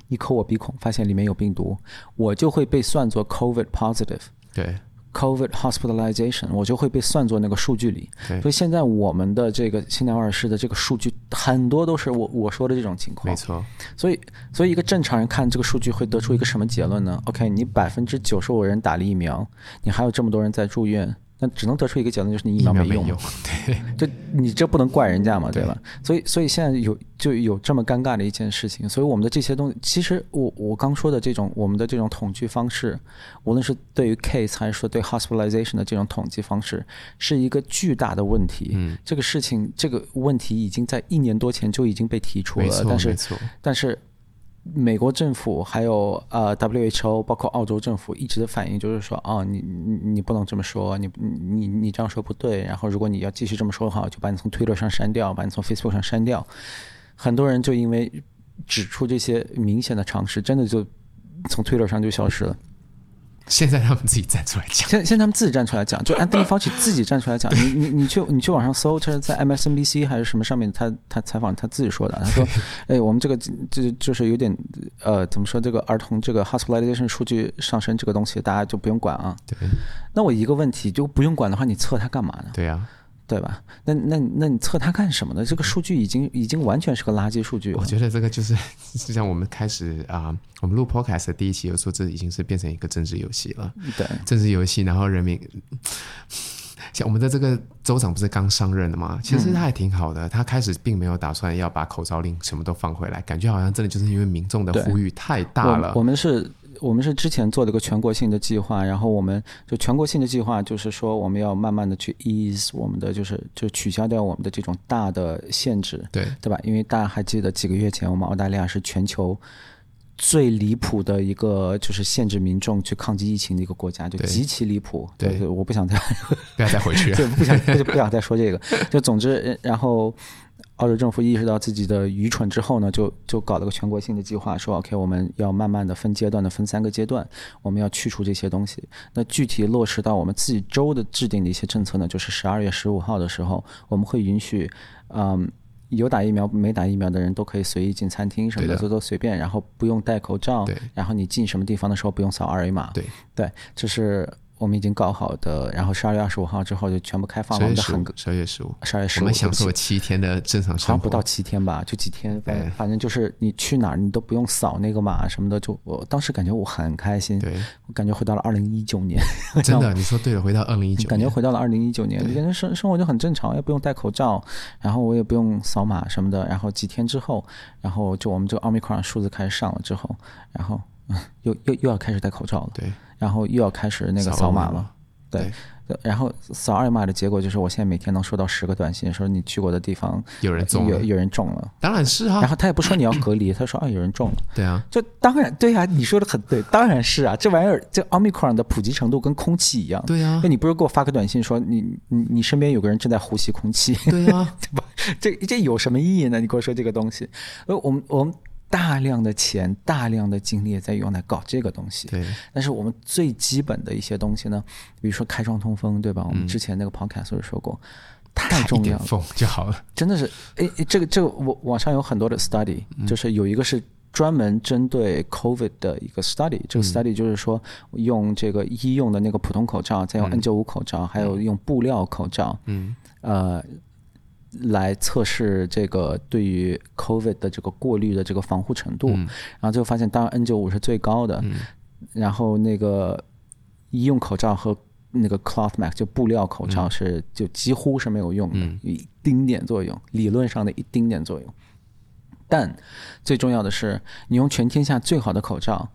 Speaker 2: 一抠我鼻孔，发现里面有病毒，我就会被算作 COVID positive。
Speaker 1: 对
Speaker 2: COVID hospitalization，我就会被算作那个数据里。
Speaker 1: 对
Speaker 2: 所以现在我们的这个新南威尔士的这个数据很多都是我我说的这种情况
Speaker 1: 没。错，
Speaker 2: 所以，所以一个正常人看这个数据会得出一个什么结论呢？OK，你百分之九十五人打了疫苗，你还有这么多人在住院，那只能得出一个结论，就是你疫
Speaker 1: 疫
Speaker 2: 苗
Speaker 1: 苗
Speaker 2: 没
Speaker 1: 没
Speaker 2: 用。
Speaker 1: 用，对，
Speaker 2: 这你这不能怪人家嘛，
Speaker 1: 对
Speaker 2: 对吧？所以所以现在有就有这么尴尬的一件事情，所以我们的这些东西，其实我我刚说的这种我们的这种统计方式，无论是对于 case 还是说对 hospitalization 的这种统计方式，是一个巨大的问题。
Speaker 1: 嗯，
Speaker 2: 这个事情这个问题已经在一年多前就已经被提出
Speaker 1: 没
Speaker 2: 了，
Speaker 1: 错，
Speaker 2: 但是
Speaker 1: 没错，
Speaker 2: 但是美国政府还有呃 WHO 包括澳洲政府一直的反应就是说，哦，你你你不能这么说，你你你你这样说不对。然后如果你要继续这么说的话，我就把你从推特上删掉，把你从 Facebook 上删掉。很多人就因为指出这些明显的常识，真的就从推特上就消失了。
Speaker 1: 现在他们自己站出来讲，
Speaker 2: 现现在他们自己站出来讲，就 Anthony Fauci 自己站出来讲，你你你去你去网上搜，这是在 MSNBC 还是什么上面，他他采访他自己说的，他说，哎，我们这个这就是有点呃，怎么说这个儿童这个 hospitalization 数据上升这个东西，大家就不用管啊。
Speaker 1: 对，
Speaker 2: 那我一个问题，就不用管的话，你测它干嘛呢？
Speaker 1: 对啊，
Speaker 2: 对吧？那那那你测它干什么呢？这个数据已经已经完全是个垃圾数据了
Speaker 1: 我。觉得这个就是 就像我们开始啊、我们录 podcast 的第一期有说，这已经是变成一个政治游戏了。
Speaker 2: 对，
Speaker 1: 政治游戏，然后人民。 像我们的这个州长不是刚上任的
Speaker 2: 嗯
Speaker 1: 吗？其实他还挺好的，他开始并没有打算要把口罩令什么都放回来，感觉好像真的就是因为民众的
Speaker 2: 对
Speaker 1: 呼吁太大了
Speaker 2: 我。我们是，我们是之前做了一个全国性的计划，然后我们就全国性的计划就是说，我们要慢慢的去 ease 我们的，就是就取消掉我们的这种大的限制，
Speaker 1: 对
Speaker 2: 对吧？因为大家还记得几个月前，我们澳大利亚是全球。最离谱的一个就是限制民众去抗击疫情的一个国家，就
Speaker 1: 对
Speaker 2: 极其离谱。
Speaker 1: 对
Speaker 2: 就是我不想再
Speaker 1: 不要再回去了。
Speaker 2: 就不 想就不想再说这个。就总之，呃然后澳洲政府意识到自己的愚蠢之后呢，就就搞了个全国性的计划，说 OK，我们要慢慢的分阶段的分三个阶段，我们要去除这些东西。那具体落实到我们自己州的制定的一些政策呢，就是十二月十五号的时候，我们会允许，嗯。有打疫苗没打疫苗的人都可以随意进餐厅什么
Speaker 1: 对
Speaker 2: 的，
Speaker 1: 的
Speaker 2: 都都随便，然后不用戴口罩
Speaker 1: 对，
Speaker 2: 然后你进什么地方的时候不用扫二维码，
Speaker 1: 对，
Speaker 2: 对，这是我们已经搞好的，然后十二月二十五号之后就全部开放
Speaker 1: 十
Speaker 2: 了。我
Speaker 1: 月
Speaker 2: 们的
Speaker 1: 十
Speaker 2: 很
Speaker 1: 五，十月十五，
Speaker 2: 十二月十
Speaker 1: 我
Speaker 2: 五，
Speaker 1: 们享受
Speaker 2: 对
Speaker 1: 了
Speaker 2: 不起
Speaker 1: 七天的正常
Speaker 2: 好像
Speaker 1: 生
Speaker 2: 不到
Speaker 1: 活。
Speaker 2: 七天吧，就几天，反
Speaker 1: 对
Speaker 2: 正反正就是你去哪儿你都不用扫那个码什么的，就我当时感觉我很开心，
Speaker 1: 对，
Speaker 2: 我感觉回到了二零一九年，
Speaker 1: 真的，你说对了。回到二零一九
Speaker 2: 感觉
Speaker 1: 年，
Speaker 2: 回到了二零一九年，就感觉生生活就很正常，也不用戴口罩，然后我也不用扫码什么的，然后几天之后，然后就我们这个奥密克戎数字开始上了之后，然后 嗯又又又要开始戴口罩了，
Speaker 1: 对，
Speaker 2: 然后又要开始那个扫码了。，对，然后扫二维码的结果就是，我现在每天能收到十个短信，说你去过的地方
Speaker 1: 有人中
Speaker 2: 有
Speaker 1: 了，
Speaker 2: 有人中了，
Speaker 1: 当然是
Speaker 2: 然
Speaker 1: 啊，
Speaker 2: 后他也不说你要隔离，他说啊有人中了，
Speaker 1: 对 啊，
Speaker 2: 就当然对啊，你说的很对，当然是啊，这玩意儿这奥密克戎的普及程度跟空气一样，
Speaker 1: 对啊
Speaker 2: 那，你不是给我发个短信说你你你身边有个人正在呼吸空气，
Speaker 1: 对啊，
Speaker 2: 这这有什么意义呢？你跟我说这个东西，呃，我们我们大量的钱、大量的精力也在用来搞这个东西，
Speaker 1: 对，
Speaker 2: 但是我们最基本的一些东西呢，比如说开窗通风，对吧？我们之前那个 podcast 也说过，
Speaker 1: 嗯
Speaker 2: 太
Speaker 1: 一
Speaker 2: 重要
Speaker 1: 点
Speaker 2: 了，
Speaker 1: 风就好了。
Speaker 2: 真的是。诶，诶这个这个网网上有很
Speaker 1: 嗯
Speaker 2: 多的 study，就是有一个是专门针对 COVID 的一个 study，这个
Speaker 1: 嗯
Speaker 2: study 就是说用这个医用的那个普通口罩，再用 N 9 5口罩，还有用布料口罩，
Speaker 1: 嗯，
Speaker 2: 呃。来测试这个对于 COVID 的这个过滤的这个防护程度，
Speaker 1: 嗯
Speaker 2: 然后最后发现，当然 N 9 5是最高的，
Speaker 1: 嗯
Speaker 2: 然后那个医用口罩和那个 cloth mask 就布料口罩是就几乎是没有用的，
Speaker 1: 嗯
Speaker 2: 有一丁点作用，理论上的一丁点作用。但最重要的是，你用全天下最好的口罩，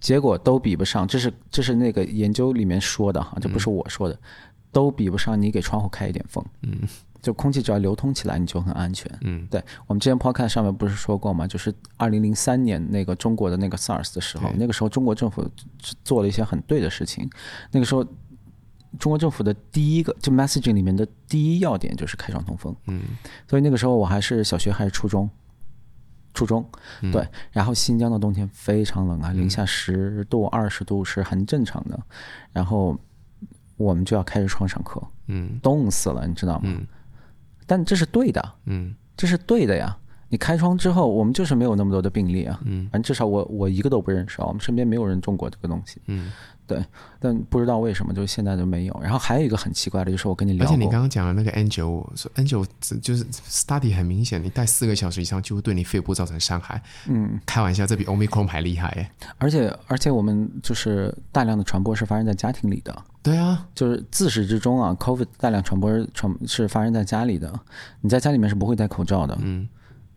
Speaker 2: 结果都比不上。这是这是那个研究里面说的哈，这不是我说的，都比不上你给窗户开一点风。
Speaker 1: 嗯
Speaker 2: 就空气只要流通起来，你就很安全。
Speaker 1: 嗯，
Speaker 2: 对我们之前 podcast 上面不是说过嘛，就是二零零三年那个中国的那个 SARS 的时候
Speaker 1: 对，
Speaker 2: 那个时候中国政府做了一些很对的事情。那个时候，中国政府的第一个就 messaging 里面的第一要点就是开窗通风。
Speaker 1: 嗯，
Speaker 2: 所以那个时候我还是小学还是初中，初中
Speaker 1: 嗯
Speaker 2: 对。然后新疆的冬天非常冷啊，零下十度、二十度是很正常的。然后我们就要开着窗上课，
Speaker 1: 嗯
Speaker 2: 冻死了，你知道吗？
Speaker 1: 嗯
Speaker 2: 但这是对的，
Speaker 1: 嗯，
Speaker 2: 这是对的呀。你开窗之后，我们就是没有那么多的病例啊。嗯，反正至少我我一个都不认识啊，我们身边没有人中过这个东西。
Speaker 1: 嗯，
Speaker 2: 对，但不知道为什么，就是现在就没有。然后还有一个很奇怪的，就是我跟你
Speaker 1: 而
Speaker 2: 聊
Speaker 1: 且
Speaker 2: 过，
Speaker 1: 你刚刚讲的那个 N 九五，说 N 九五就是 study 很明显，你戴四个小时以上就会对你肺部造成伤害。嗯，开玩笑，这比 Omicron 还厉害耶。
Speaker 2: 而且而且我们就是大量的传播是发生在家庭里的，
Speaker 1: 对啊，
Speaker 2: 就是自始至终啊，COVID 大量传播传是发生在家里的，你在家里面是不会戴口罩的，
Speaker 1: 嗯，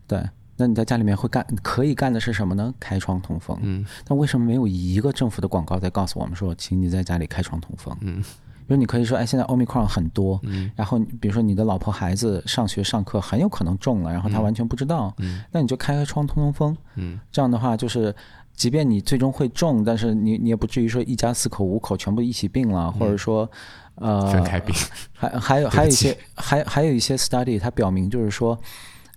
Speaker 2: 对。那你在家里面会干可以干的是什么呢？开窗通风。
Speaker 1: 嗯，
Speaker 2: 但为什么没有一个政府的广告在告诉我们说，请你在家里开窗通风？
Speaker 1: 嗯，
Speaker 2: 因为你可以说，哎，现在 Omicron 很多，嗯，然后你比如说你的老婆孩子上学上课很有可能中了，然后他完全不知道，嗯，那你就开开窗通通风，
Speaker 1: 嗯，
Speaker 2: 这样的话就是。即便你最终会中，但是你你也不至于说一家四口五口全部一起病了，或者说，呃，
Speaker 1: 嗯分开病。
Speaker 2: 还还有
Speaker 1: 对不
Speaker 2: 还有一
Speaker 1: 起
Speaker 2: 些还还有一些 study，它表明就是说，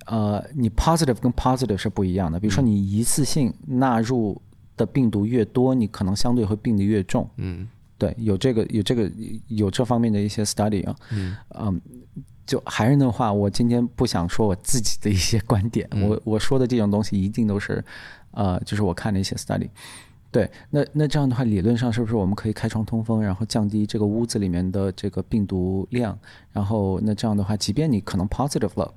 Speaker 2: 呃，你 positive 跟 positive 是不一样的。比如
Speaker 1: 嗯
Speaker 2: 说你一次性纳入的病毒越多，你可能相对会病得越重。
Speaker 1: 嗯
Speaker 2: 对，有这个有这个有这方面的一些 study 啊，
Speaker 1: 嗯
Speaker 2: 就还是那话，我今天不想说我自己的一些观点，
Speaker 1: 嗯
Speaker 2: 我我说的这种东西一定都是，呃，就是我看的一些 study。对，那那这样的话，理论上是不是我们可以开窗通风，然后降低这个屋子里面的这个病毒量？然后那这样的话，即便你可能 positive 了，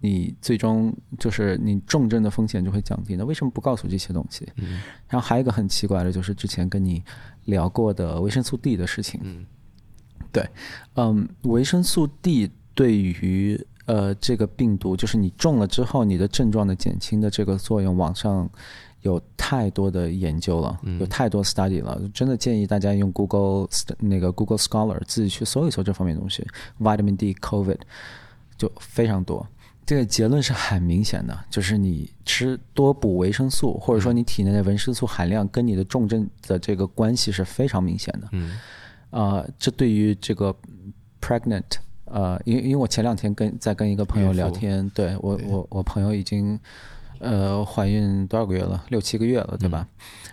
Speaker 2: 你最终就是你重症的风险就会降低。那为什么不告诉这些东西？
Speaker 1: 嗯
Speaker 2: 然后还有一个很奇怪的，就是之前跟你聊过的维生素 D 的事情。
Speaker 1: 嗯
Speaker 2: 对，嗯，维生素 D 对于呃这个病毒，就是你中了之后，你的症状的减轻的这个作用，网上有太多的研究了，有太多 study 了，真的建议大家用 Google st- 那个 Google Scholar 自己去搜一搜这方面的东西，vitamin D COVID 就非常多。这个结论是很明显的，就是你吃多补维生素，或者说你体内的维生素含量跟你的重症的这个关系是非常明显的。
Speaker 1: 嗯
Speaker 2: 呃，这对于这个 pregnant，呃，因为因为我前两天跟在跟一个朋友聊天，对我我我朋友已经呃怀孕多少个月了？六七个月了，对吧？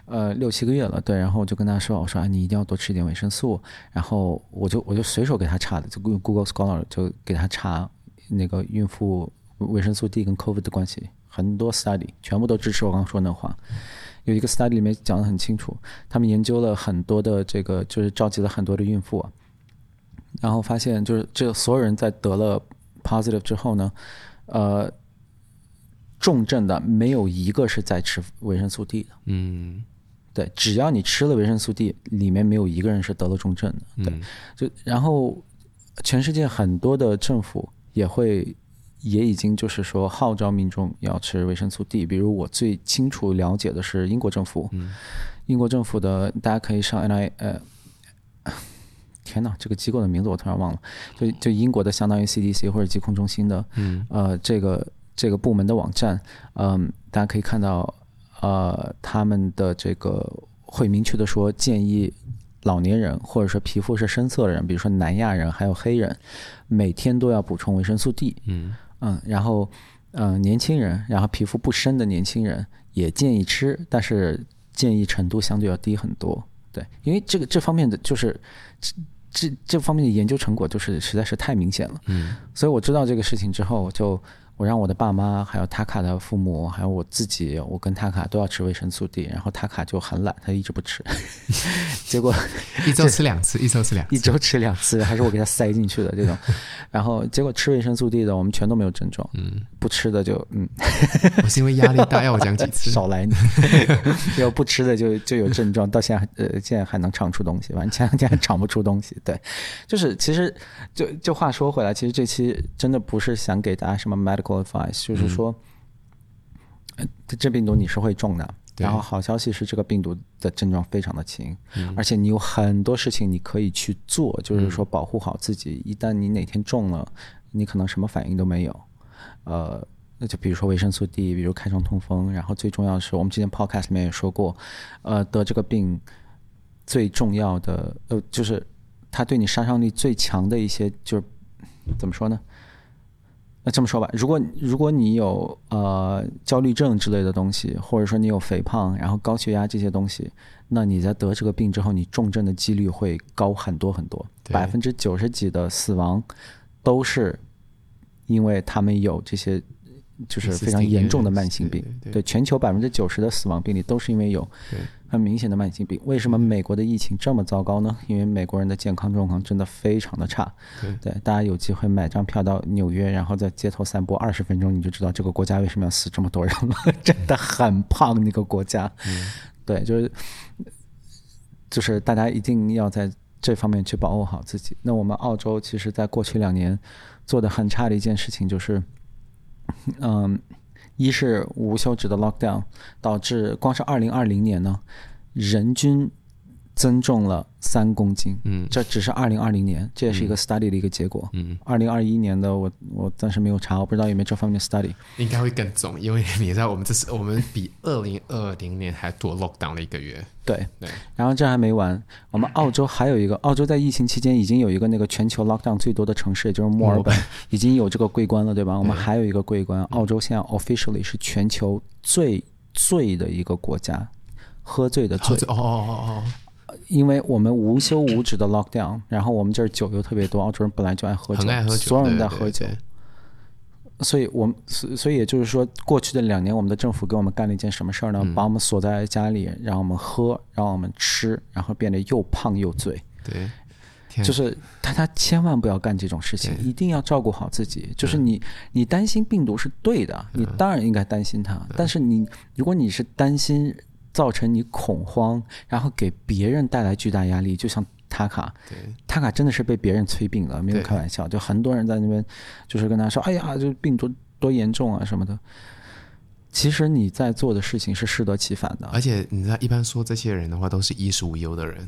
Speaker 2: 呃，六七个月了，对。然后我就跟他说，我说啊，你一定要多吃一点维生素。然后我就我就随手给他查的，就 Go- Google Scholar 就给他查那个孕妇维生素 D 跟 COVID 的关系，很多 study 全部都支持我刚刚说那话。有一个 study 里面讲得很清楚，他们研究了很多的这个，就是召集了很多的孕妇、啊，然后发现就是这所有人在得了 positive 之后呢，呃，重症的没有一个是在吃维生素 D 的。
Speaker 1: 嗯
Speaker 2: 对，只要你吃了维生素 D，里面没有一个人是得了重症的。对，就然后全世界很多的政府也会也已经就是说号召民众要吃维生素 D。比如我最清楚了解的是英国政府，英国政府的大家可以上 N I 呃。 天呐，这个机构的名字我突然忘了，就就英国的相当于 CDC 或者疾控中心的，
Speaker 1: 嗯
Speaker 2: 呃，这个这个部门的网站，嗯、大家可以看到，呃，他们的这个会明确的说，建议老年人或者说皮肤是深色的人，比如说南亚人还有黑人，每天都要补充维生素 D。
Speaker 1: 嗯
Speaker 2: 嗯，然后，呃，年轻人，然后皮肤不深的年轻人也建议吃，但是建议程度相对要低很多。对，因为这个这方面的就是这这这方面的研究成果就是实在是太明显了。
Speaker 1: 嗯
Speaker 2: 所以我知道这个事情之后，我就我让我的爸妈，还有塔卡的父母，还有我自己，我跟塔卡都要吃维生素 D，然后塔卡就很懒，他一直不吃， 结果
Speaker 1: 一周吃两次，一周吃两次。
Speaker 2: 一周吃两次，还是我给他塞进去的这种，然后结果吃维生素 D 的我们全都没有症状，
Speaker 1: 嗯，
Speaker 2: 不吃的就嗯
Speaker 1: 我是因为压力大，要我讲几次？
Speaker 2: 少来你，要不吃的 就就有症状，到现在还呃现在还能尝出东西，反正前两天还尝不出东西。对，就是其实就就话说回来，其实这期真的不是想给大家什么 medical advice，就是说，呃这这病毒你是会中的。
Speaker 1: 对
Speaker 2: 然后好消息是，这个病毒的症状非常的轻，而且你有很多事情你可以去做，就是说保护好自己。一旦你哪天中了，你可能什么反应都没有。呃，那就比如说维生素 D，比如开窗通风，然后最重要的是，我们之前 podcast 里面也说过，呃，得这个病最重要的呃，就是它对你杀伤力最强的一些，就是怎么说呢？那这么说吧，如果如果你有呃焦虑症之类的东西，或者说你有肥胖，然后高血压这些东西，那你在得这个病之后，你重症的几率会高很多很多，
Speaker 1: 对
Speaker 2: 百分之九十几的死亡都是因为他们有这些就是非常严重的慢性病。
Speaker 1: 对
Speaker 2: 对，全球百分之九十的死亡病例都是因为有
Speaker 1: 对
Speaker 2: 很明显的慢性病。为什么美国的疫情这么糟糕呢？因为美国人的健康状况真的非常的差。
Speaker 1: 对
Speaker 2: 大家有机会买张票到纽约，然后在街头散步二十分钟，你就知道这个国家为什么要死这么多人了。 真的很胖那个国家。对，就是就是大家一定要在这方面去保护好自己。那我们澳洲其实在过去两年做的很差的一件事情就是，嗯，一是无休止的 lockdown，导致光是二零二零年呢，人均增重了三公斤。
Speaker 1: 嗯
Speaker 2: 这只是二零二零年，这也是一个 study 的一个结果。
Speaker 1: 嗯，
Speaker 2: 二零二一年的我，我暂时没有查，我不知道有没有这方面的 study。
Speaker 1: 应该会更重，因为你知道我们这是我们比二零二零年还多 lockdown 了一个月。
Speaker 2: 对，
Speaker 1: 对，
Speaker 2: 然后这还没完，我们澳洲还有 一个，澳洲在疫情期间已经有一个那个全球 lockdown 最多的城市，也就是墨尔本，已经有这个桂冠了，对吧？我们还有一个桂
Speaker 1: 嗯
Speaker 2: 冠，澳洲现在 officially 是全球最醉的一个国家，喝醉的醉
Speaker 1: 哦，哦哦哦
Speaker 2: 因为我们无休无止的 lockdown，然后我们这儿酒又特别多，澳洲人本来就爱喝
Speaker 1: 哦，
Speaker 2: 酒，
Speaker 1: 很爱喝酒，
Speaker 2: 所有人
Speaker 1: 对
Speaker 2: 在喝酒，，
Speaker 1: 对
Speaker 2: 所以我们所所以也就是说，过去的两年，我们的政府给我们干了一件什么事儿呢？把我们锁在家里，让我们喝，让我们吃，然后变得又胖又醉。
Speaker 1: 对对，天啊
Speaker 2: 就是大家千万不要干这种事情，一定要照顾好自己。就是你，你担心病毒是对的，
Speaker 1: 嗯
Speaker 2: 你当然应该担心它。但是你，如果你是担心造成你恐慌，然后给别人带来巨大压力，就像塔卡，
Speaker 1: 对
Speaker 2: 塔卡真的是被别人催病了，没有
Speaker 1: 对
Speaker 2: 开玩笑。就很多人在那边，就是跟他说：“哎呀，这病毒多严重啊什么的。”其实你在做的事情是适得其反的。
Speaker 1: 而且你知道，一般说这些人的话，都是衣食无忧的人。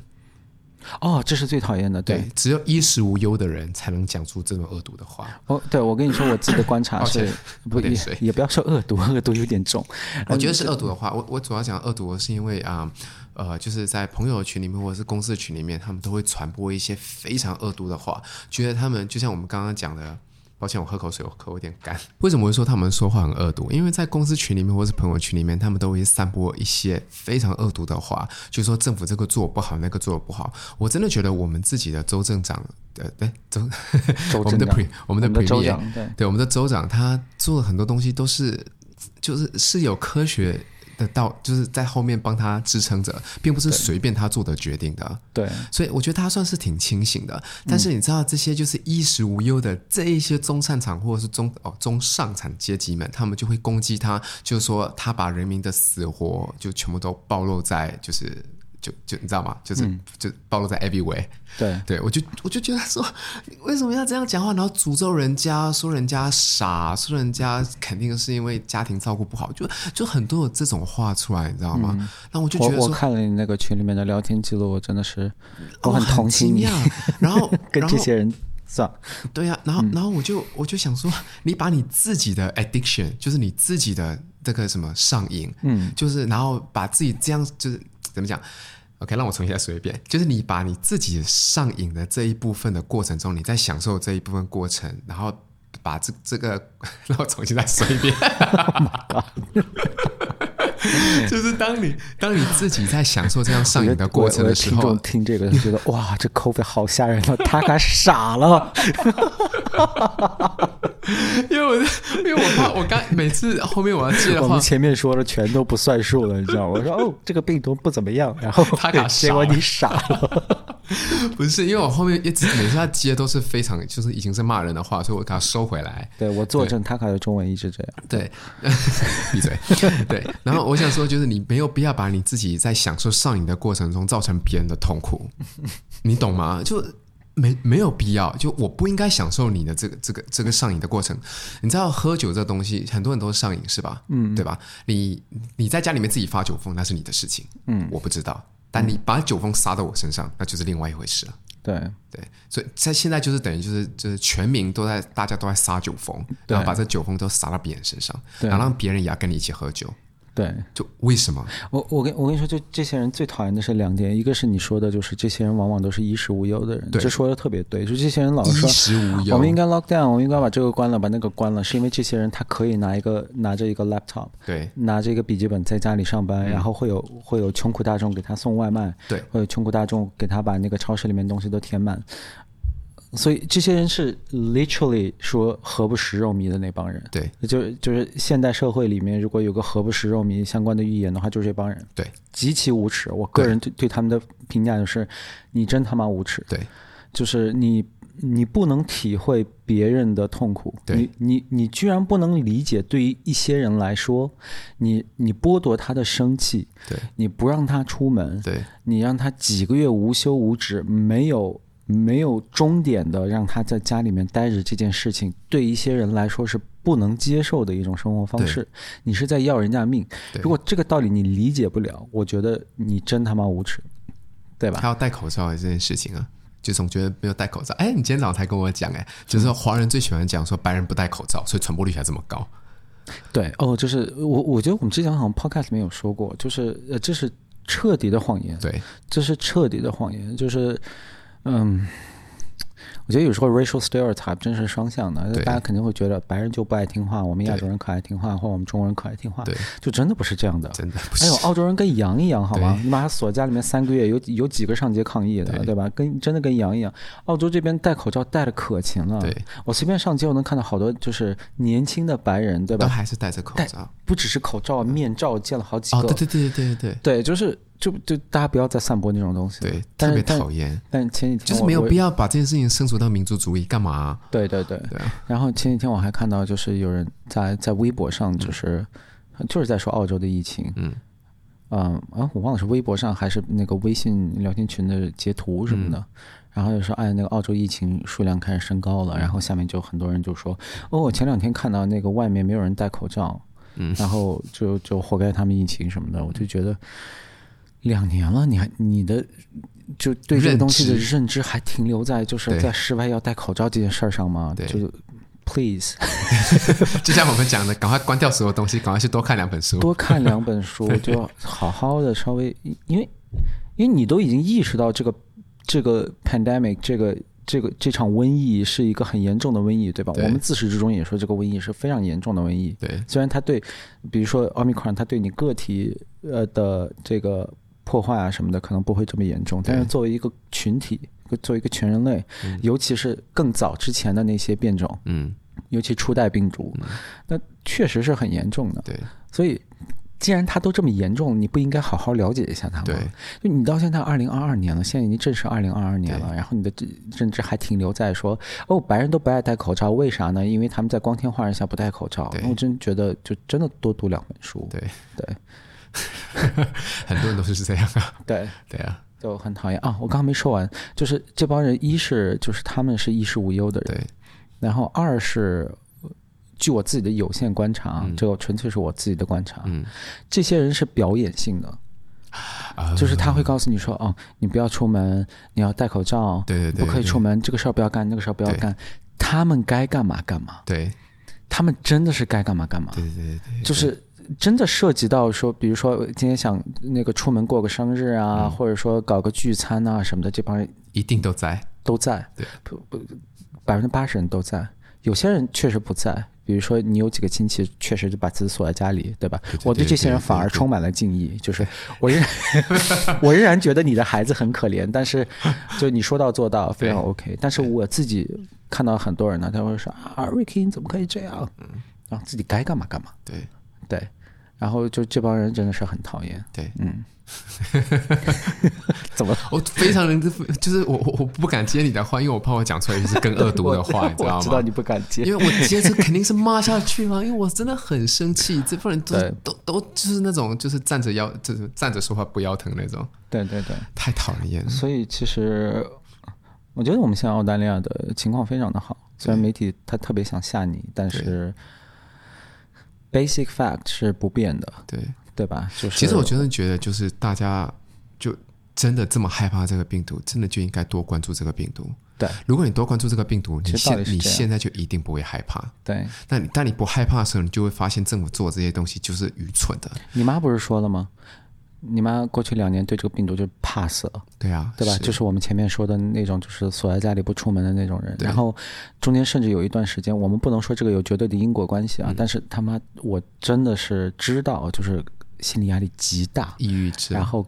Speaker 2: 哦，这是最讨厌的。对，
Speaker 1: 对，只有衣食无忧的人才能讲出这么恶毒的话。
Speaker 2: 哦，对，我跟你说，我自己的观 察
Speaker 1: 抱
Speaker 2: 是
Speaker 1: 歉，
Speaker 2: 不
Speaker 1: 喝点
Speaker 2: 也
Speaker 1: 水
Speaker 2: 也不要说恶毒，恶毒有点重。
Speaker 1: 我觉得是恶毒的话，我我主要讲恶毒是因为啊、呃，就是在朋友群里面或者是公司群里面，他们都会传播一些非常恶毒的话，觉得他们就像我们刚刚讲的。抱歉，我喝口水，我口有点干。为什么会说他们说话很恶毒？因为在公司群里面或是朋友群里面，他们都会散播一些非常恶毒的话，就说政府这个做不好，那个做不好。我真的觉得我们自己的州政长，呃，对，州，
Speaker 2: 周
Speaker 1: 我们
Speaker 2: 正
Speaker 1: 的
Speaker 2: 长
Speaker 1: pre，我们啊的
Speaker 2: 我们的
Speaker 1: premier，
Speaker 2: 州长，对，
Speaker 1: 对，我们的州长他做了很多东西都是，就是是有科学的道，就是在后面帮他支撑着，并不是随便他做的决定的。
Speaker 2: 对，
Speaker 1: 所以我觉得他算是挺清醒的。但是你知道，这些就是衣食无忧的这一些中上产或者是中哦中上产阶级们，他们就会攻击他，就是说他把人民的死活就全部都暴露在就是。就就你知道吗？就是、就暴露在 everywhere，
Speaker 2: 对，
Speaker 1: 对我就我就觉得说，你为什么要这样讲话，然后诅咒人家，说人家傻，说人家肯定是因为家庭照顾不好，就就很多有这种话出来，你知道吗？然后我就觉
Speaker 2: 我
Speaker 1: 得
Speaker 2: 嗯我
Speaker 1: 说，
Speaker 2: 看了你那个群里面的聊天记录，我真的是，我
Speaker 1: 哦
Speaker 2: 很同情
Speaker 1: 惊
Speaker 2: 你，
Speaker 1: 讶。然后
Speaker 2: 跟
Speaker 1: 然
Speaker 2: 这
Speaker 1: 后
Speaker 2: 些人算了，
Speaker 1: 对呀、然
Speaker 2: 嗯
Speaker 1: 后然后我就我就想说，你把你自己的 addiction，就是你自己的这个什么上瘾，
Speaker 2: 嗯，
Speaker 1: 就是然后把自己这样就是怎么讲？OK，让我重新再说一遍，就是你把你自己上瘾的这一部分的过程中，你在享受这一部分过程，然后把这这个， 让我重新再说一 遍。就是当你当你自己在享受这样上瘾的过程
Speaker 2: 我
Speaker 1: 的
Speaker 2: 我
Speaker 1: 时
Speaker 2: 听
Speaker 1: 候
Speaker 2: 众，听这个就觉得哇，这 COVID 好吓人了，他敢 傻了，
Speaker 1: 因为我因为我怕我刚每次后面我要接的
Speaker 2: 我
Speaker 1: 话
Speaker 2: 们，前面说的全都不算数了，你知道吗？我说哦，这个病毒不怎么样，然后
Speaker 1: 他敢
Speaker 2: 结
Speaker 1: 傻
Speaker 2: 果
Speaker 1: 了
Speaker 2: 你傻 了，
Speaker 1: 不是，因为我后面一直每次他接都是非常就是已经是骂人的话，所以我给他收回来。
Speaker 2: 对我作证，他卡的中文一直这样，
Speaker 1: 对， 闭嘴。 对，然后我想说，就是你没有必要把你自己在享受上瘾的过程中造成别人的痛 苦，你懂吗？就没没有必要，就我不应该享受你的这个这个这个上瘾的过程。你知道喝酒这东西，很多人都是上瘾，是吧？嗯，对吧？你你在家里面自己发酒疯，那是你的事情，嗯，我不知道。但你把酒疯撒到我身上，那就是另外一回事了。
Speaker 2: 对。
Speaker 1: 对，所以在现在就是等于就是就是全民都在大家都在撒酒疯，
Speaker 2: 对
Speaker 1: 然后把这酒疯都撒到别人身上，
Speaker 2: 对
Speaker 1: 然后让别人也要跟你一起喝酒，
Speaker 2: 对，
Speaker 1: 就为什么？
Speaker 2: 我我跟我跟你说，就这些人最讨厌的是两点，一个是你说的，就是这些人往往都是衣食无忧的人，
Speaker 1: 对
Speaker 2: 这说的特别对，就这些人老
Speaker 1: 衣
Speaker 2: 说。
Speaker 1: 食无忧，
Speaker 2: 哦我们应该 lock down，我们应该把这个关了，把那个关了，是因为这些人他可以拿一个拿着一个 laptop，
Speaker 1: 对
Speaker 2: 拿着一个笔记本在家里上
Speaker 1: 嗯
Speaker 2: 班，然后会有会有穷苦大众给他送外卖，
Speaker 1: 对
Speaker 2: 会有穷苦大众给他把那个超市里面东西都填满。所以这些人是 literally 说何不食肉糜的那帮人，
Speaker 1: 对
Speaker 2: 就是就是现代社会里面，如果有个何不食肉糜相关的预言的话，就是这帮人，
Speaker 1: 对，
Speaker 2: 极其无耻。我个人对对他们的评价就是，你真他妈无耻，
Speaker 1: 对，
Speaker 2: 就是你你不能体会别人的痛苦，
Speaker 1: 对
Speaker 2: 你你你居然不能理解，对于一些人来说，你你剥夺他的生气，
Speaker 1: 对
Speaker 2: 你不让他出门，
Speaker 1: 对
Speaker 2: 你让他几个月无休无止，没有没有终点的让他在家里面待着这件事情，对一些人来说是不能接受的一种生活方式。你是在要人家命。
Speaker 1: 对
Speaker 2: 如果这个道理你理解不了，我觉得你真他妈无耻，对吧？
Speaker 1: 还有戴口罩的这件事情啊，就总觉得没有戴口罩。哎，你今天早上才跟我讲，哎，就是华人最喜欢讲说白人不戴口罩，所以传播率才这么高。
Speaker 2: 对，哦，就是我我觉得我们之前好像 podcast 里面有说过，就是呃，这是彻底的谎言。
Speaker 1: 对
Speaker 2: 这是彻底的谎言，就是，嗯，我觉得有时候 racial stereotype 真是双向的，
Speaker 1: 对
Speaker 2: 大家肯定会觉得白人就不爱听话，我们亚洲人可爱听话，或者我们中国人可爱听话
Speaker 1: 对，
Speaker 2: 就真的不是这样的。
Speaker 1: 真的不是
Speaker 2: 还有。澳洲人跟羊一样，好吗？你把他锁家里面三个月，有有几个上街抗议的，
Speaker 1: 对
Speaker 2: 对吧？跟真的跟羊一样，澳洲这边戴口罩戴的可勤了。
Speaker 1: 对，
Speaker 2: 我随便上街，我能看到好多就是年轻的白人，对
Speaker 1: 都
Speaker 2: 吧？
Speaker 1: 还是戴着口罩。
Speaker 2: 不只是口罩、面罩，见了好几
Speaker 1: 哦，
Speaker 2: 个。
Speaker 1: 对对对对对对
Speaker 2: 对就是就就大家不要再散播那种东西了。
Speaker 1: 对，
Speaker 2: 但
Speaker 1: 特
Speaker 2: 是
Speaker 1: 别
Speaker 2: 但
Speaker 1: 讨厌，
Speaker 2: 但前几天
Speaker 1: 就是
Speaker 2: 我
Speaker 1: 没有
Speaker 2: 我
Speaker 1: 必要把这件事情升级到民族主义，干嘛啊、
Speaker 2: 对对对。
Speaker 1: 对啊，
Speaker 2: 然后前几天我还看到，就是有人在在微博上，就是、就是在说澳洲的疫情。
Speaker 1: 嗯
Speaker 2: 嗯啊，我忘了是微博上还是那个微信聊天群的截图什么的。
Speaker 1: 嗯
Speaker 2: 然后就说，哎，那个澳洲疫情数量开始升高了。然后下面就很多人就说，哦，我前两天看到那个外面没有人戴口罩，
Speaker 1: 嗯
Speaker 2: 然后就就活该他们疫情什么的。我就觉得，两年了，你还你的就对这个
Speaker 1: 认
Speaker 2: 东西的
Speaker 1: 知
Speaker 2: 认知还停留在就是
Speaker 1: 对
Speaker 2: 在室外要戴口罩这件事儿上吗？
Speaker 1: 对
Speaker 2: 就是 please
Speaker 1: 就像我们讲的，赶快关掉所有东西，赶快去多看两本书。
Speaker 2: 多看两本书，就好好的稍微，因为因为你都已经意识到这个这个 pandemic 这个。这个这场瘟疫是一个很严重的瘟疫，对吧？
Speaker 1: 对
Speaker 2: 我们自始至终也说这个瘟疫是非常严重的瘟疫。
Speaker 1: 对
Speaker 2: 虽然它对，比如说奥密克戎，它对你个体呃的这个破坏啊什么的，可能不会这么严重，但是
Speaker 1: 对
Speaker 2: 作为一个群体，作为一个全人类，尤其是更早之前的那些变种，
Speaker 1: 嗯，
Speaker 2: 尤其初代病毒，那确实是很严重的。
Speaker 1: 对
Speaker 2: 所以，既然它都这么严重，你不应该好好了解一下它吗？
Speaker 1: 对，
Speaker 2: 就你到现在二零二二年了，现在已经正式二零二二年了，
Speaker 1: 对
Speaker 2: 然后你的这认知还停留在说，哦，白人都不爱戴口罩，为啥呢？因为他们在光天化日下不戴口罩。
Speaker 1: 对
Speaker 2: 那我真觉得，就真的多读两本书。
Speaker 1: 对，
Speaker 2: 对
Speaker 1: 很多人都是这样啊。
Speaker 2: 对，
Speaker 1: 对啊，
Speaker 2: 就很讨厌啊！我刚刚没说完，就是这帮人，一是就是他们是衣食无忧的人，
Speaker 1: 对
Speaker 2: 然后二是。据我自己的有限观察，啊，
Speaker 1: 嗯
Speaker 2: 这个纯粹是我自己的观察，
Speaker 1: 嗯
Speaker 2: 这些人是表演性的，
Speaker 1: 啊，
Speaker 2: 就是他会告诉你说，哦，你不要出门，你要戴口罩，
Speaker 1: 对对对，
Speaker 2: 不可
Speaker 1: 对
Speaker 2: 以出。门，这个事儿不要干，那个事儿不要
Speaker 1: 对
Speaker 2: 干。他们该干嘛干嘛，
Speaker 1: 对
Speaker 2: 他们真的是该干嘛干嘛，
Speaker 1: 对对对对，
Speaker 2: 就是真的涉及到说，比如说今天想那个出门过个生日
Speaker 1: 嗯
Speaker 2: 啊，或者说搞个聚餐啊什么的，这帮人
Speaker 1: 一定都在。
Speaker 2: 都在，
Speaker 1: 对
Speaker 2: 不不，百分之八十人都在，有些人确实不在。比如说，你有几个亲戚确实就把自己锁在家里，对吧？
Speaker 1: 对
Speaker 2: 我对这些人
Speaker 1: 对对
Speaker 2: 反而
Speaker 1: 对
Speaker 2: 充满了敬意，就是我仍然我仍然觉得你的孩子很可怜，但是就你说到做到，非常 OK。但是我自己看到很多人呢，他会说啊，Ricky 你怎么可以这样？
Speaker 1: 嗯
Speaker 2: 然后自己该干嘛干嘛，
Speaker 1: 对
Speaker 2: 对。然后就这帮人真的是很讨厌，
Speaker 1: 对，
Speaker 2: 嗯，怎么了？
Speaker 1: 我非常能，就是我我我不敢接你的话，因为我怕我讲出来就是更恶毒的话，你知道
Speaker 2: 我知
Speaker 1: 吗
Speaker 2: 道？你不敢接，
Speaker 1: 因为我接着肯定是骂下去了，因为我真的很生气，这帮人都
Speaker 2: 对
Speaker 1: 都都就是那种就是站着腰就是站着说话不腰疼那种，
Speaker 2: 对对对。
Speaker 1: 太讨人厌了。
Speaker 2: 所以其实我觉得我们现在澳大利亚的情况非常的好，虽然媒体它特别想吓你，但是 basic fact 是不变的，
Speaker 1: 对，
Speaker 2: 对吧？就是
Speaker 1: 其实我真的觉得就是大家就真的这么害怕这个病毒，真的就应该多关注这个病毒。
Speaker 2: 对
Speaker 1: 如果你多关注这个病毒，你
Speaker 2: 其实道
Speaker 1: 现
Speaker 2: 理是
Speaker 1: 你
Speaker 2: 这样
Speaker 1: 现在就一定不会害怕。
Speaker 2: 对
Speaker 1: 但你但你不害怕的时候，你就会发现政府做这些东西就是愚蠢的。
Speaker 2: 你妈不是说了吗？你妈过去两年对这个病毒就怕死了，
Speaker 1: 对啊，
Speaker 2: 对吧？
Speaker 1: 是
Speaker 2: 就是我们前面说的那种，就是锁在家里不出门的那种人。
Speaker 1: 对
Speaker 2: 然后中间甚至有一段时间，我们不能说这个有绝对的因果关
Speaker 1: 嗯
Speaker 2: 系啊，但是他妈我真的是知道，就是心理压力极大，
Speaker 1: 抑郁症
Speaker 2: 然。后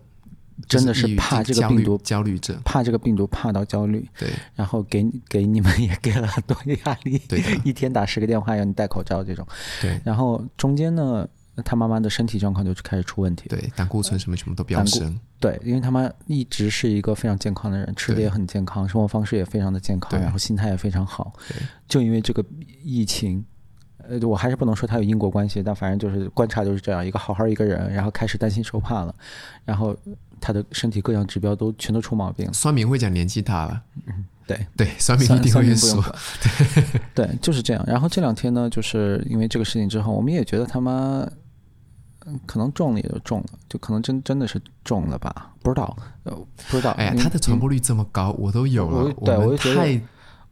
Speaker 1: 就
Speaker 2: 啊真的
Speaker 1: 抑
Speaker 2: 是
Speaker 1: 郁
Speaker 2: 怕这
Speaker 1: 症
Speaker 2: 个
Speaker 1: 焦
Speaker 2: 病
Speaker 1: 虑
Speaker 2: 毒，
Speaker 1: 焦虑症，
Speaker 2: 怕这个病毒怕到焦虑，
Speaker 1: 对
Speaker 2: 然后给给你们也给 了很多压力，
Speaker 1: 对 的
Speaker 2: 一天打十个电话让你戴口罩这种，
Speaker 1: 对
Speaker 2: 然后中间呢，他妈妈的身体状况就开始出问题了。
Speaker 1: 对，胆固醇什么全部都飙
Speaker 2: 胆固
Speaker 1: 升，
Speaker 2: 对，因为他妈一直是一个非常健康的人，吃的
Speaker 1: 对
Speaker 2: 也很健康，生活方式也非常的健康，
Speaker 1: 对
Speaker 2: 然后心态也非常好
Speaker 1: 对。
Speaker 2: 就因为这个疫情，呃，我还是不能说它有因果关系，但反正就是观察就是这样，一个好好一个人，然后开始担心受怕了，然后他的身体各项指标都全都出毛病了。
Speaker 1: 酸民会讲年纪大了，
Speaker 2: 嗯对，
Speaker 1: 对，酸民
Speaker 2: 三
Speaker 1: 一定
Speaker 2: 三
Speaker 1: 会
Speaker 2: 年不用
Speaker 1: 说，
Speaker 2: 管对就是这样。然后这两天呢，就是因为这个事情之后，我们也觉得他妈嗯可能中了也就中了，就可能真真的是中了吧，不知道，呃，不知道。
Speaker 1: 哎呀
Speaker 2: 因，为
Speaker 1: 它的传播率这么高，我都有
Speaker 2: 我
Speaker 1: 了，
Speaker 2: 对嗯我
Speaker 1: 们
Speaker 2: 就觉得
Speaker 1: 太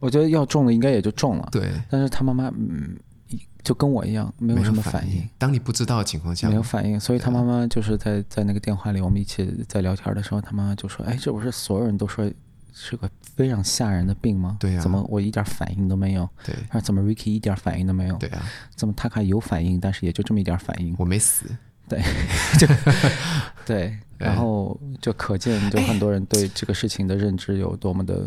Speaker 2: 我觉得要中了应该也就中了，
Speaker 1: 对
Speaker 2: 但是他妈妈嗯，就跟我一样没有什么反应。。
Speaker 1: 当你不知道的情况下
Speaker 2: 没，有反应，所以他妈妈就是在在那个电话里，我们一起在聊天的时候，他妈妈就说：“哎，这不是所有人都说是个非常吓人的病吗？
Speaker 1: 对啊
Speaker 2: 怎么我一点反应都没有？
Speaker 1: 对
Speaker 2: 他说怎么 Ricky 一点反应都没有？
Speaker 1: 对啊，
Speaker 2: 怎么他卡有反应，但是也就这么一点反应？
Speaker 1: 我没死。
Speaker 2: 对，
Speaker 1: 哎
Speaker 2: 然后就可见，就很多人对这个事情的认知有多么的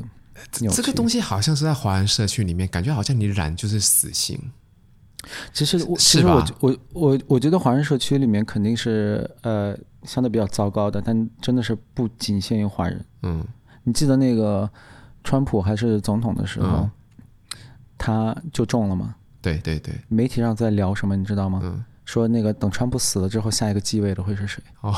Speaker 2: 扭曲。
Speaker 1: 哎这个东西好像是在华人社区里面，感觉好像你染就是死刑。
Speaker 2: 其实我，
Speaker 1: 是
Speaker 2: 其实我
Speaker 1: 吧
Speaker 2: 觉我我我觉得华人社区里面肯定是呃相对比较糟糕的，但真的是不仅限于华人。
Speaker 1: 嗯，
Speaker 2: 你记得那个川普还是总统的时候，
Speaker 1: 嗯
Speaker 2: 他就中了吗？
Speaker 1: 对对对，
Speaker 2: 媒体上在聊什么，你知道吗？
Speaker 1: 嗯
Speaker 2: 说那个等川普死了之后，下一个继位的会是谁？
Speaker 1: 哦，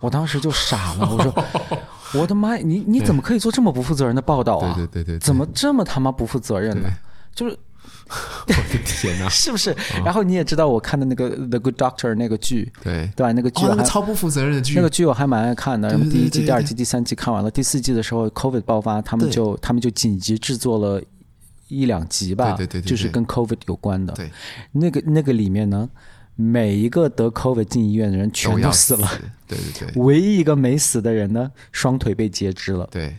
Speaker 2: 我当时就傻了，我说 我的妈，你你怎么可以做这么不负责任的报道
Speaker 1: 对
Speaker 2: 啊？
Speaker 1: 对对对，对
Speaker 2: 怎么啊这么他妈不负责任呢？就是！
Speaker 1: 我的天哪
Speaker 2: 是不是？
Speaker 1: 嗯
Speaker 2: 然后你也知道我看的那个《The Good Doctor》那个剧，
Speaker 1: 对，
Speaker 2: 对吧？那个剧
Speaker 1: 哦，
Speaker 2: 我
Speaker 1: 那
Speaker 2: 还、
Speaker 1: 个超不负责任的剧
Speaker 2: 那，个剧我还蛮爱看的，
Speaker 1: 对
Speaker 2: 然后第一
Speaker 1: 对对
Speaker 2: 季、
Speaker 1: 对
Speaker 2: 第二季、第三季看完了，第四季的时候，COVID 爆发，他们
Speaker 1: 对
Speaker 2: 就他们就紧急制作了一两集吧，
Speaker 1: 对对对对
Speaker 2: 就是
Speaker 1: 对
Speaker 2: 跟 COVID 有关的。
Speaker 1: 对，
Speaker 2: 那个那个里面呢，每一个得 COVID 进医院的人全
Speaker 1: 都
Speaker 2: 都
Speaker 1: 要
Speaker 2: 死了，。
Speaker 1: 对对对
Speaker 2: 唯一一个没死的人呢，双腿被截肢了。
Speaker 1: 对，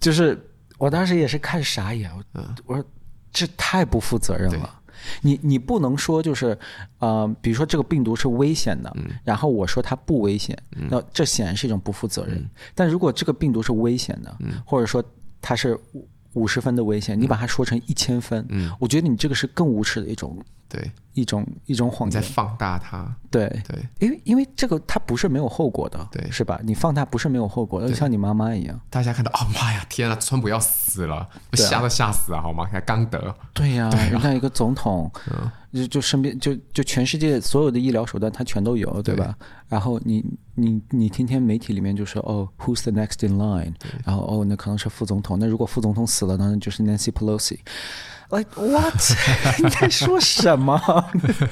Speaker 2: 就是我当时也是看傻眼，我、
Speaker 1: 嗯
Speaker 2: 我说这太不负责任
Speaker 1: 对
Speaker 2: 了。你你不能说就是，呃，比如说这个病毒是危险的，
Speaker 1: 嗯
Speaker 2: 然后我说它不危险，那这显然是一种不负责任。
Speaker 1: 嗯
Speaker 2: 但如果这个病毒是危险的，或者说它是五五十分的危险，你把它说成一千分，
Speaker 1: 嗯
Speaker 2: 我觉得你这个是更无耻的一种
Speaker 1: 对，
Speaker 2: 一种一种谎
Speaker 1: 你在
Speaker 2: 言。
Speaker 1: 放大它，
Speaker 2: 对，
Speaker 1: 对
Speaker 2: 因为因为这个它不是没有后果的，
Speaker 1: 对
Speaker 2: 是吧？你放大不是没有后果的，就像你妈妈一样。
Speaker 1: 大家看到，哦妈呀，天啊，川普要死了，被
Speaker 2: 对啊
Speaker 1: 吓都吓死了，好吗？才刚得，
Speaker 2: 对呀、嗯人家一个总统，就就身边就就全世界所有的医疗手段他全都有，对吧？然后你你你天天媒体里面就说哦，Who's the next in line？然后哦，那可能是副总统。那如果副总统死了呢，那就是 Nancy Pelosi。Like what？你在说什么？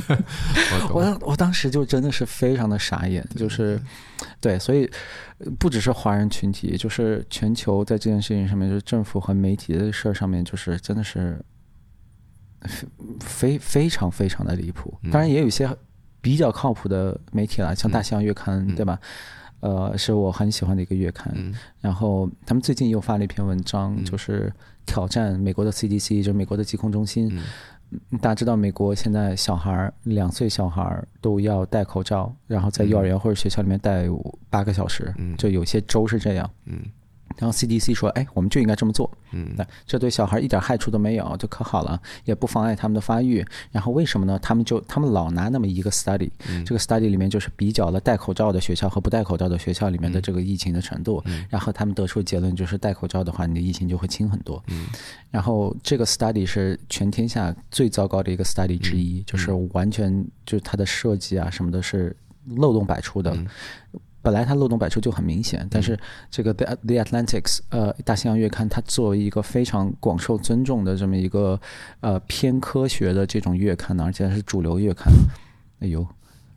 Speaker 1: 我懂
Speaker 2: 我当我当时就真的是非常的傻眼，就是，对，所以呃不只是华人群体，就是全球在这件事情上面，就是政府和媒体的事儿上面，就是真的是非非常非常的离谱。当然，也有一些比较靠谱的媒体啦，像《大西洋月刊》，对吧？呃，是我很喜欢的一个月刊。然后他们最近又发了一篇文章，就是挑战美国的 CDC，就是美国的疾控中心。嗯大家知道，美国现在小孩儿两岁小孩儿都要戴口罩，然后在幼儿园或者学校里面戴五八个小时，就有些州是这样。
Speaker 1: 嗯，
Speaker 2: 然后 CDC 说，哎，我们就应该这么做。
Speaker 1: 嗯，
Speaker 2: 那这对小孩一点害处都没有，就可好了，也不妨碍他们的发育。然后为什么呢？他们就他们老拿那么一个 study，、这个 study 里面就是比较了戴口罩的学校和不戴口罩的学校里面的这个疫情的程度，然后他们得出结论就是戴口罩的话，你的疫情就会轻很多。然后这个 study 是全天下最糟糕的一个 study 之一，就是完全就是它的设计啊什么的是漏洞百出的。本来它漏洞百出就很明显，但是这个 The The Atlantics 呃大西洋月刊，它作为一个非常广受尊重的这么一个呃偏科学的这种月刊呢，而且还是主流月刊。哎呦，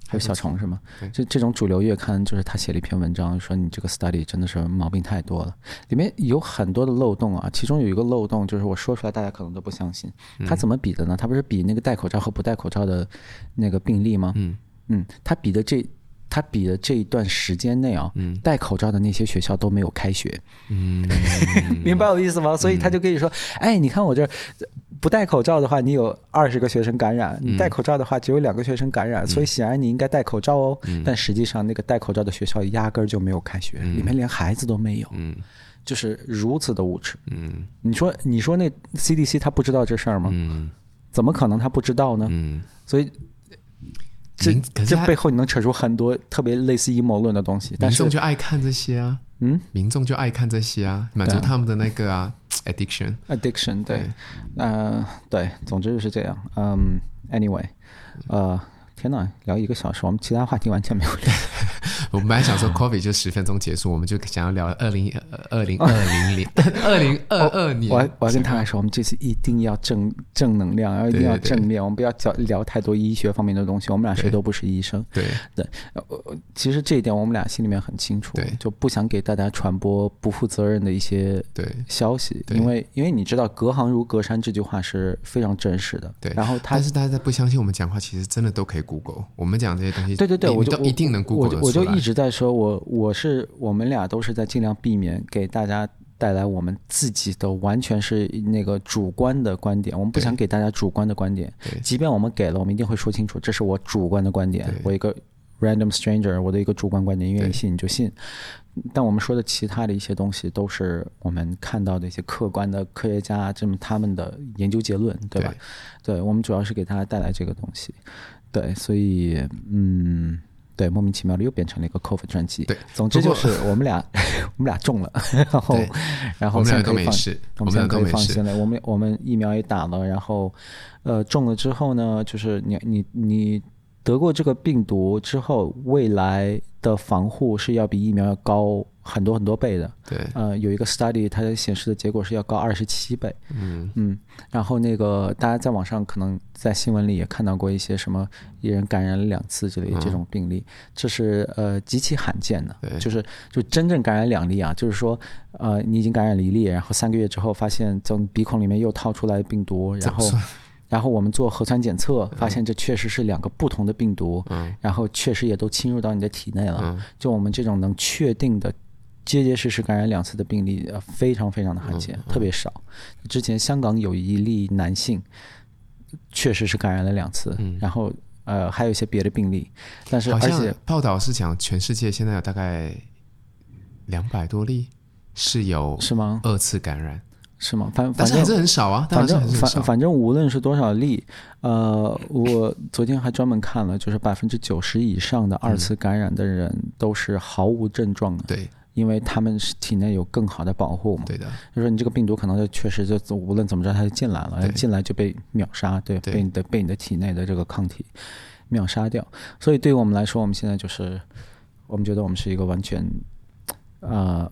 Speaker 2: 还有小虫是吗？这这种主流月刊，就是他写了一篇文章，说你这个 study 真的是毛病太多了，里面有很多的漏洞啊。其中有一个漏洞，就是我说出来大家可能都不相信。他怎么比的呢？他不是比那个戴口罩和不戴口罩的那个病例吗？
Speaker 1: 嗯
Speaker 2: 嗯，他比的这他比的这一段时间内啊，
Speaker 1: 嗯
Speaker 2: 戴口罩的那些学校都没有开学。
Speaker 1: 嗯，
Speaker 2: 明白我意思吗？所以他就可以说，哎，你看我这儿不戴口罩的话，你有二十个学生感染；你
Speaker 1: 嗯
Speaker 2: 戴口罩的话，只有两个学生感染。所以显然你应该戴口罩哦。
Speaker 1: 嗯
Speaker 2: 但实际上，那个戴口罩的学校压根儿就没有开学，里面连孩子都没有，
Speaker 1: 嗯
Speaker 2: 就是如此的无耻。
Speaker 1: 嗯
Speaker 2: 你说，你说那 CDC 他不知道这事儿吗？
Speaker 1: 嗯
Speaker 2: 怎么可能他不知道呢？
Speaker 1: 嗯，
Speaker 2: 所以这
Speaker 1: 民可是
Speaker 2: 这
Speaker 1: 他
Speaker 2: 背后你能扯出很多特别类似阴谋论的东西。但
Speaker 1: 民
Speaker 2: 是
Speaker 1: 众，就爱看这些啊，
Speaker 2: 嗯
Speaker 1: 民众就爱看这些啊，满足
Speaker 2: 对啊
Speaker 1: 他们的那个啊 addiction。
Speaker 2: ，addiction 对，呃，对，总之就是这样。嗯，anyway，呃，天呐，聊一个小时，我们其他话题完全没有 聊。
Speaker 1: 我本来想说 coffee 就十分钟结束，我们就想要聊二零呃二零二零 年二零二二年。
Speaker 2: 哦我要我要跟他来说，我们这次一定要正正能量，然后一定要
Speaker 1: 对对对
Speaker 2: 正面，我们不要聊聊太多医学方面的东西。我们俩谁
Speaker 1: 对
Speaker 2: 都不是医生，呃
Speaker 1: 对
Speaker 2: 其实这一点我们俩心里面很清楚
Speaker 1: 对，
Speaker 2: 就不想给大家传播不负责任的一些
Speaker 1: 对，
Speaker 2: 消息，
Speaker 1: 对
Speaker 2: 因为因为你知道“隔行如隔山”这句话是非常真实的。
Speaker 1: 对
Speaker 2: 然后他
Speaker 1: 但是大家不相信我们讲话，其实真的都可以 Google。我们讲这些东西，
Speaker 2: 对对对，
Speaker 1: 你
Speaker 2: 我
Speaker 1: 你
Speaker 2: 就
Speaker 1: 都一定能
Speaker 2: 我
Speaker 1: Google
Speaker 2: 就
Speaker 1: 得
Speaker 2: 我就
Speaker 1: 出来
Speaker 2: 一直在说，我我是我们俩都是在尽量避免给大家带来我们自己的完全是那个主观的观点，我们不
Speaker 1: 对
Speaker 2: 想给大家主观的观点
Speaker 1: 对，
Speaker 2: 即便我们给了，我们一定会说清楚，这是我主观的观点
Speaker 1: 对，
Speaker 2: 我一个 random stranger，我的一个主观观点，愿意
Speaker 1: 对
Speaker 2: 信你就信。但我们说的其他的一些东西，都是我们看到的一些客观的科学家这么他们的研究结论，对吧？对，我们主要是给大家带来这个东西。对，所以嗯，对，莫名其妙的又变成了一个 cover 专辑。
Speaker 1: 对，
Speaker 2: 总之
Speaker 1: 不
Speaker 2: 就
Speaker 1: 过
Speaker 2: 是我 们俩，我们俩中了，然后
Speaker 1: 对
Speaker 2: 然后
Speaker 1: 我们
Speaker 2: 现
Speaker 1: 俩
Speaker 2: 在
Speaker 1: 都
Speaker 2: 可以
Speaker 1: 没
Speaker 2: 放，
Speaker 1: 事，
Speaker 2: 我
Speaker 1: 我们
Speaker 2: 们现
Speaker 1: 俩
Speaker 2: 在
Speaker 1: 都
Speaker 2: 可以
Speaker 1: 没
Speaker 2: 放
Speaker 1: 事。
Speaker 2: 心了。我们我们疫苗也打了，然后呃中了之后呢，就是你你你得过这个病毒之后，未来的防护是要比疫苗要高很多很多倍的。
Speaker 1: 对，
Speaker 2: 呃，有一个 study 它显示的结果是要高二十七倍。
Speaker 1: 嗯，
Speaker 2: 嗯，然后那个大家在网上可能在新闻里也看到过一些什么一人感染了两次之类的这种病例，这是呃极其罕见的，
Speaker 1: 嗯对
Speaker 2: 就是就真正感染两例啊，就是说呃你已经感染了一例，然后三个月之后发现从鼻孔里面又掏出来病毒，然后 然后我们做核酸检测发现这确实是两个不同的病毒，
Speaker 1: 嗯
Speaker 2: 然后确实也都侵入到你的体内了，
Speaker 1: 嗯
Speaker 2: 就我们这种能确定的结结实实感染两次的病例，呃，非常非常的罕见，
Speaker 1: 嗯
Speaker 2: 特别少。之前香港有一例男性，确实是感染了两次，然后呃还有一些别的病例，但
Speaker 1: 嗯
Speaker 2: 是
Speaker 1: 好
Speaker 2: 而
Speaker 1: 像
Speaker 2: 且
Speaker 1: 报道是讲全世界现在有大概两百多例是有
Speaker 2: 是吗？
Speaker 1: 二次感染，
Speaker 2: 是吗？反反
Speaker 1: 但是还
Speaker 2: 正
Speaker 1: 是很少啊，当
Speaker 2: 反
Speaker 1: 然是
Speaker 2: 正
Speaker 1: 还是很
Speaker 2: 反
Speaker 1: 少。
Speaker 2: 反正无论是多少例，呃，我昨天还专门看了，就是百分之九十以上的二
Speaker 1: 嗯
Speaker 2: 次感染的人都是毫无症状的，
Speaker 1: 对
Speaker 2: 因为他们是体内有更好的保护嘛。
Speaker 1: 对的，
Speaker 2: 就说你这个病毒可能就确实就无论怎么着它就进来了，
Speaker 1: 对
Speaker 2: 进来就被秒杀，对，
Speaker 1: 对
Speaker 2: 被你的被你的体内的这个抗体秒杀掉。所以对于我们来说，我们现在就是我们觉得我们是一个完全呃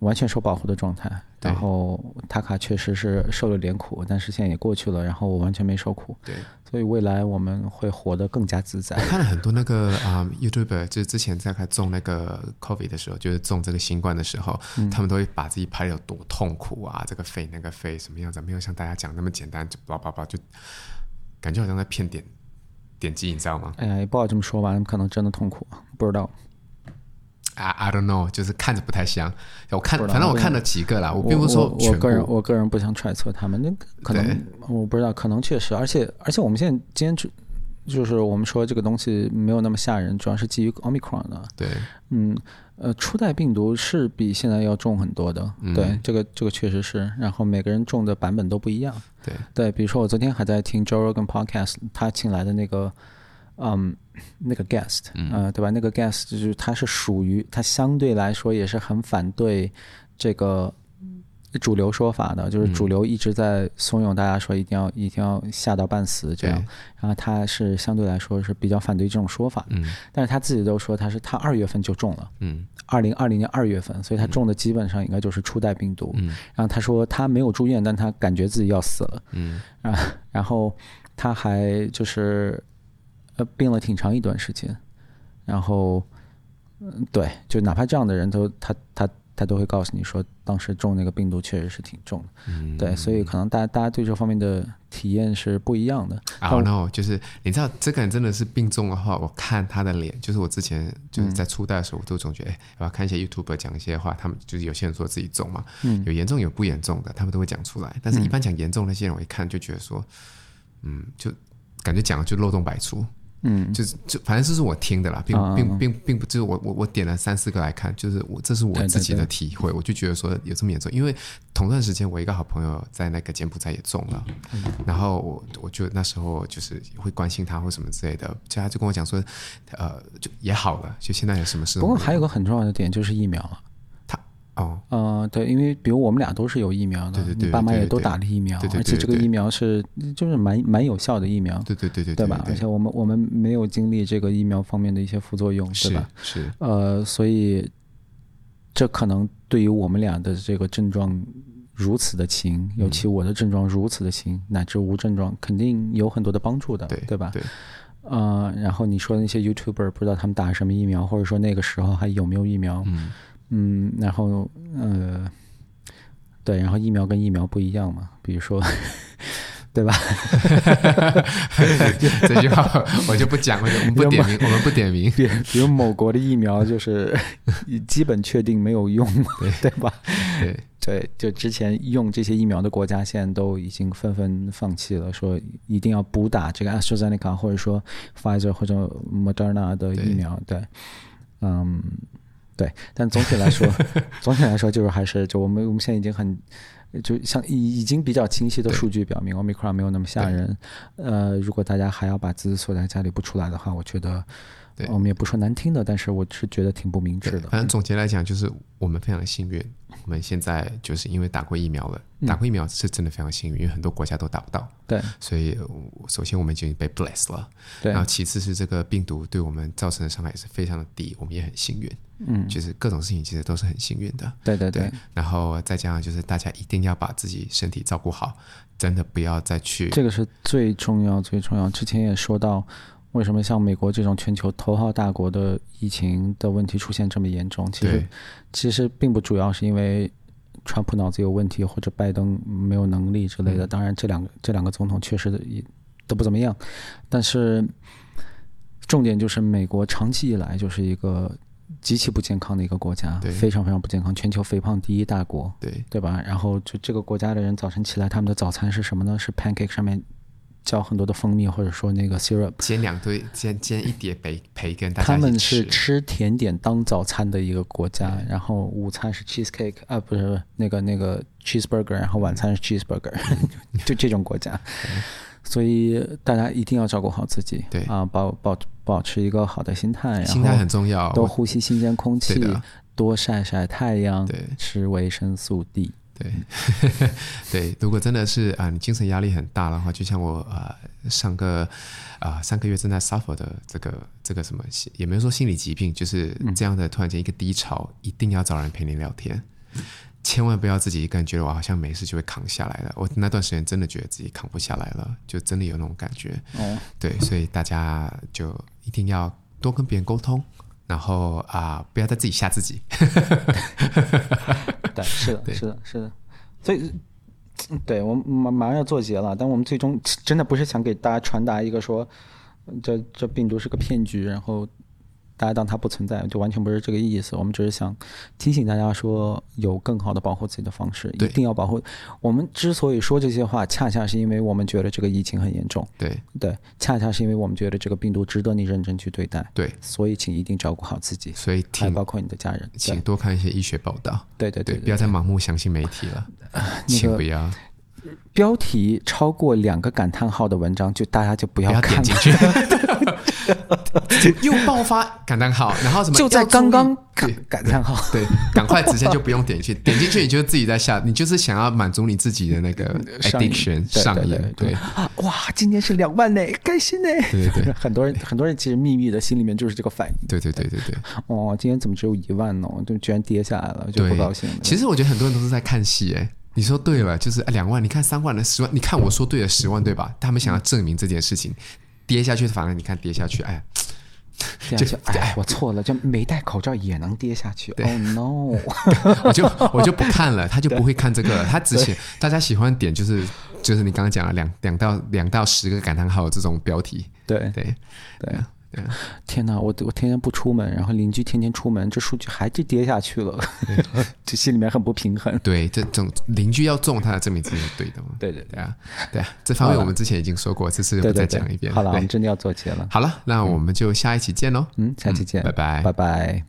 Speaker 2: 完全受保护的状态。
Speaker 1: 对
Speaker 2: 然后塔卡确实是受了点苦，但是现在也过去了，然后我完全没受苦，
Speaker 1: 对。
Speaker 2: 所以未来我们会活得更加自在
Speaker 1: 我。看了很多那个啊、YouTuber，就是之前在他中那个 COVID 的时候，就是中这个新冠的时候，
Speaker 2: 嗯
Speaker 1: 他们都会把自己拍的有多痛苦啊，这个肺那个肺什么样子，没有像大家讲那么简单，就叭叭叭，就感觉好像在骗点点击，你知道吗
Speaker 2: 哎呀，也不好这么说吧，他们可能真的痛苦，不知道。
Speaker 1: ？I I don't know，就是看着不太像。我看
Speaker 2: 不知道
Speaker 1: 反正我
Speaker 2: 我
Speaker 1: 看了几个啦，我
Speaker 2: 我
Speaker 1: 并不是说
Speaker 2: 我我
Speaker 1: 全
Speaker 2: 个人
Speaker 1: 部。
Speaker 2: 我个人不想揣测他们，那可能
Speaker 1: 对
Speaker 2: 我不知道，可能确实，而且而且我们现在今天就就是我们说这个东西没有那么吓人，主要是基于 omicron 的，
Speaker 1: 对
Speaker 2: 嗯呃，初代病毒是比现在要重很多的，
Speaker 1: 嗯
Speaker 2: 对，这个这个确实是，然后每个人中的版本都不一样，
Speaker 1: 对
Speaker 2: 对，比如说我昨天还在听 Joe Rogan podcast，他请来的那个，嗯，那个 guest，呃，
Speaker 1: 嗯
Speaker 2: 对吧？那个 guest 就是他是属于他相对来说也是很反对这个主流说法的，就是
Speaker 1: 嗯
Speaker 2: 主流一直在怂恿大家说一定要一定要吓到半死这样，
Speaker 1: 对
Speaker 2: 然后他是相对来说是比较反对这种说法，
Speaker 1: 嗯
Speaker 2: 但是他自己都说他是他二月份就中了。
Speaker 1: 嗯
Speaker 2: 二零二零年二月份，所以他中的基本上应该就是初代病毒。
Speaker 1: 嗯
Speaker 2: 然后他说他没有住院，但他感觉自己要死了。
Speaker 1: 嗯
Speaker 2: 啊，然后他还就是呃病了挺长一段时间，然后嗯对，就哪怕这样的人都他他他都会告诉你说，当时中那个病毒确实是挺重的。
Speaker 1: 嗯
Speaker 2: 对，所以可能大大家对这方面的体验是不一样的。
Speaker 1: I don't know，就是你知道这个人真的是病重的话，我看他的脸，就是我之前就是
Speaker 2: 嗯
Speaker 1: 在初代的时候，我都总觉得，哎、我要看一些 YouTube 讲一些话，他们就是有些人说自己重嘛，
Speaker 2: 嗯
Speaker 1: 有严重有不严重的，他们都会讲出来。但是一般讲严重那些人，我一看就觉得说，嗯，就感觉讲的就漏洞百出。嗯，就是就反正这是我听的啦，并
Speaker 2: 啊
Speaker 1: 并并并不就是我我我点了三四个来看，就是我这是我
Speaker 2: 对对
Speaker 1: 自己的体会，我就觉得说有这么严重，因为同段时间我一个好朋友在那个柬埔寨也中了，
Speaker 2: 嗯
Speaker 1: 然后我我就那时候就是会关心他或什么之类的，就他就跟我讲说，呃，就也好了，就现在有什么事都
Speaker 2: 不过
Speaker 1: 没有
Speaker 2: 还有个很重要的点就是疫苗啊。
Speaker 1: 他哦，
Speaker 2: 呃，对，因为比如我们俩都是有疫苗的，
Speaker 1: 对对对
Speaker 2: 你爸妈
Speaker 1: 对
Speaker 2: 也
Speaker 1: 对
Speaker 2: 都
Speaker 1: 对
Speaker 2: 打了疫苗，
Speaker 1: 对对
Speaker 2: 而且
Speaker 1: 对
Speaker 2: 这个
Speaker 1: 对
Speaker 2: 疫苗是就是蛮蛮有效的疫苗，
Speaker 1: 对对对对
Speaker 2: 吧？而且我们我们没有经历这个疫苗方面的一些副作用，对
Speaker 1: 是
Speaker 2: 吧？
Speaker 1: 是
Speaker 2: 呃，所以这可能对于我们俩的这个症状如此的轻，
Speaker 1: 嗯
Speaker 2: 尤其我的症状如此的轻，乃至无症状，肯定有很多的帮助的，
Speaker 1: 对
Speaker 2: 吧？
Speaker 1: 对，
Speaker 2: 呃，然后你说的那些 YouTuber 不知道他们打什么疫苗，或者说那个时候还有没有疫苗？
Speaker 1: 嗯
Speaker 2: 嗯，然后呃，对，然后疫苗跟疫苗不一样嘛，比如说，对吧？
Speaker 1: 这句话我就不讲，我就我们不点 名，我们不点名，
Speaker 2: 比比如某国的疫苗就是 基本确定没有用嘛，对吧？
Speaker 1: 对，
Speaker 2: 对，就之前用这些疫苗的国家，现在都已经纷纷放弃了，说一定要补打这个 AstraZeneca 或者说 Pfizer 或者 Moderna 的疫苗。对，嗯，对，但总体 来说，总体来说就是还是就我们我们现在已经很。就像已已经比较清晰的数据表明，Omicron 没有那么吓人。呃，如果大家还要把自己锁在家里不出来的话，我觉得
Speaker 1: 对
Speaker 2: 我们也不说难听的，但是我是觉得挺不明智
Speaker 1: 对，
Speaker 2: 的。
Speaker 1: 反正总结来讲，就是我们非常幸运，我们现在就是因为打过疫苗了，打过疫苗是真的非常幸运，因为很多国家都打不到，
Speaker 2: 嗯对
Speaker 1: 所以呃首先我们已经被 bless 了，
Speaker 2: 对
Speaker 1: 然后其次是这个病毒对我们造成的伤害也是非常的低，我们也很幸运，嗯，就是各种事情其实都是很幸运的，
Speaker 2: 对对
Speaker 1: 对
Speaker 2: 对，
Speaker 1: 然后再加上就是大家一定要把自己身体照顾好，真的不要再去
Speaker 2: 这个是最重要、最重要。之前也说到，为什么像美国这种全球头号大国的疫情的问题出现这么严重？其实
Speaker 1: 对
Speaker 2: 其实并不主要是因为川普脑子有问题或者拜登没有能力之类
Speaker 1: 嗯
Speaker 2: 的。当然，这两个这两个总统确实也都不怎么样，但是重点就是美国长期以来就是一个极其不健康的一个国家，
Speaker 1: 对
Speaker 2: 非常非常不健康，全球肥胖第一大国。
Speaker 1: 对
Speaker 2: 对吧？然后就这个国家的人早晨起来，他们的早餐是什么呢？是 pancake 上面浇很多的蜂蜜，或者说那个 syrup。
Speaker 1: 煎两堆煎煎一碟培培根，大家
Speaker 2: 他
Speaker 1: 一起
Speaker 2: 们
Speaker 1: 吃
Speaker 2: 是吃甜点当早餐的一个国家，然后午餐是 cheesecake 啊，不是那个那个 cheeseburger，然后晚餐是 cheeseburger，、就 这种国家。所以大家一定要照顾好自己，
Speaker 1: 对
Speaker 2: 啊，保保保持一个好的心态，然后
Speaker 1: 心态很重要，哦
Speaker 2: 多呼吸新鲜空气
Speaker 1: 对的，
Speaker 2: 多晒晒太阳
Speaker 1: 对，
Speaker 2: 吃维生素 D。
Speaker 1: 对， 对，如果真的是啊、你精神压力很大的话，就像我啊、呃上个啊、呃上个月正在 suffer 的这个这个什么，心，也没有说心理疾病，就是这样的突然间一个低潮，一定要找人陪你聊天，千万不要自己一个人觉得我好像没事就会扛下来了。我那段时间真的觉得自己扛不下来了，就真的有那种感觉。
Speaker 2: 哦，
Speaker 1: 对，所以大家就一定要多跟别人沟通，然后啊、不要再自己吓自己。
Speaker 2: 对，是的，是的，是的。所以，嗯对我们马马上要做结了，但我们最终真的不是想给大家传达一个说，嗯这这病毒是个骗局，然后大家当它不存在，就完全不是这个意思。我们只是想提醒大家说，有更好的保护自己的方式，一
Speaker 1: 对
Speaker 2: 定要保护。我们之所以说这些话，恰恰是因为我们觉得这个疫情很严重，
Speaker 1: 对
Speaker 2: 对，恰恰是因为我们觉得这个病毒值得你认真去对待，
Speaker 1: 对，
Speaker 2: 所以请一定照顾好自己，
Speaker 1: 所以
Speaker 2: 还
Speaker 1: 挺
Speaker 2: 包括你的家人。
Speaker 1: 请多看一些医学报道。
Speaker 2: 对对
Speaker 1: 对，
Speaker 2: 对对呃
Speaker 1: 不要再盲目相信媒体了，请不要
Speaker 2: 标题超过两个感叹号的文章，就大家就不
Speaker 1: 不
Speaker 2: 要
Speaker 1: 要点
Speaker 2: 看
Speaker 1: 进
Speaker 2: 了。
Speaker 1: 去， 又爆发感叹号，然后什么
Speaker 2: 就在
Speaker 1: 要注意
Speaker 2: 刚刚感
Speaker 1: 对
Speaker 2: 感叹号，
Speaker 1: 对，赶快直接就不用点进去， 点进去你就自己在下，你就是想要满足你自己的那个
Speaker 2: 嗯上瘾
Speaker 1: addiction
Speaker 2: 对
Speaker 1: 上瘾
Speaker 2: 对对，
Speaker 1: 对
Speaker 2: 就啊哇，今天是两万呢，开心呢。
Speaker 1: 对对
Speaker 2: 很多人很多人其实秘密的心里面就是这个反应，
Speaker 1: 对对对对对。
Speaker 2: 哦，今天怎么只有一万呢？就居然跌下来了，就不
Speaker 1: 对
Speaker 2: 高兴了。
Speaker 1: 其实我觉得很多人都是在看戏，哎，你说对了，就是哎两、万，你看三万的十万，你看我说对了十万对吧？他们想要证明这件事情，跌下去，反而你看跌下去，哎呀，
Speaker 2: 这样就哎，我错了，就没戴口罩也能跌下去。Oh no！
Speaker 1: 我就我就不看了，他就不会看这个了。他之前大家喜欢点就是就是你刚刚讲了两两到两到十个感叹号这种标题，
Speaker 2: 对
Speaker 1: 对
Speaker 2: 对啊。天哪，我我天天不出门，然后邻居天天出门，这数据还是跌下去了， 这心里面很不平衡。
Speaker 1: 对，这种邻居要种他的证明自己是对的嘛？
Speaker 2: 对对
Speaker 1: 对啊，对啊，这方面我们之前已经说过，这次
Speaker 2: 对
Speaker 1: 不再
Speaker 2: 对对
Speaker 1: 讲一遍。
Speaker 2: 好了，我
Speaker 1: 对
Speaker 2: 们真的要做结了。
Speaker 1: 好了，那我们就下一期见喽。
Speaker 2: 嗯，下期见，
Speaker 1: 拜拜
Speaker 2: 拜拜。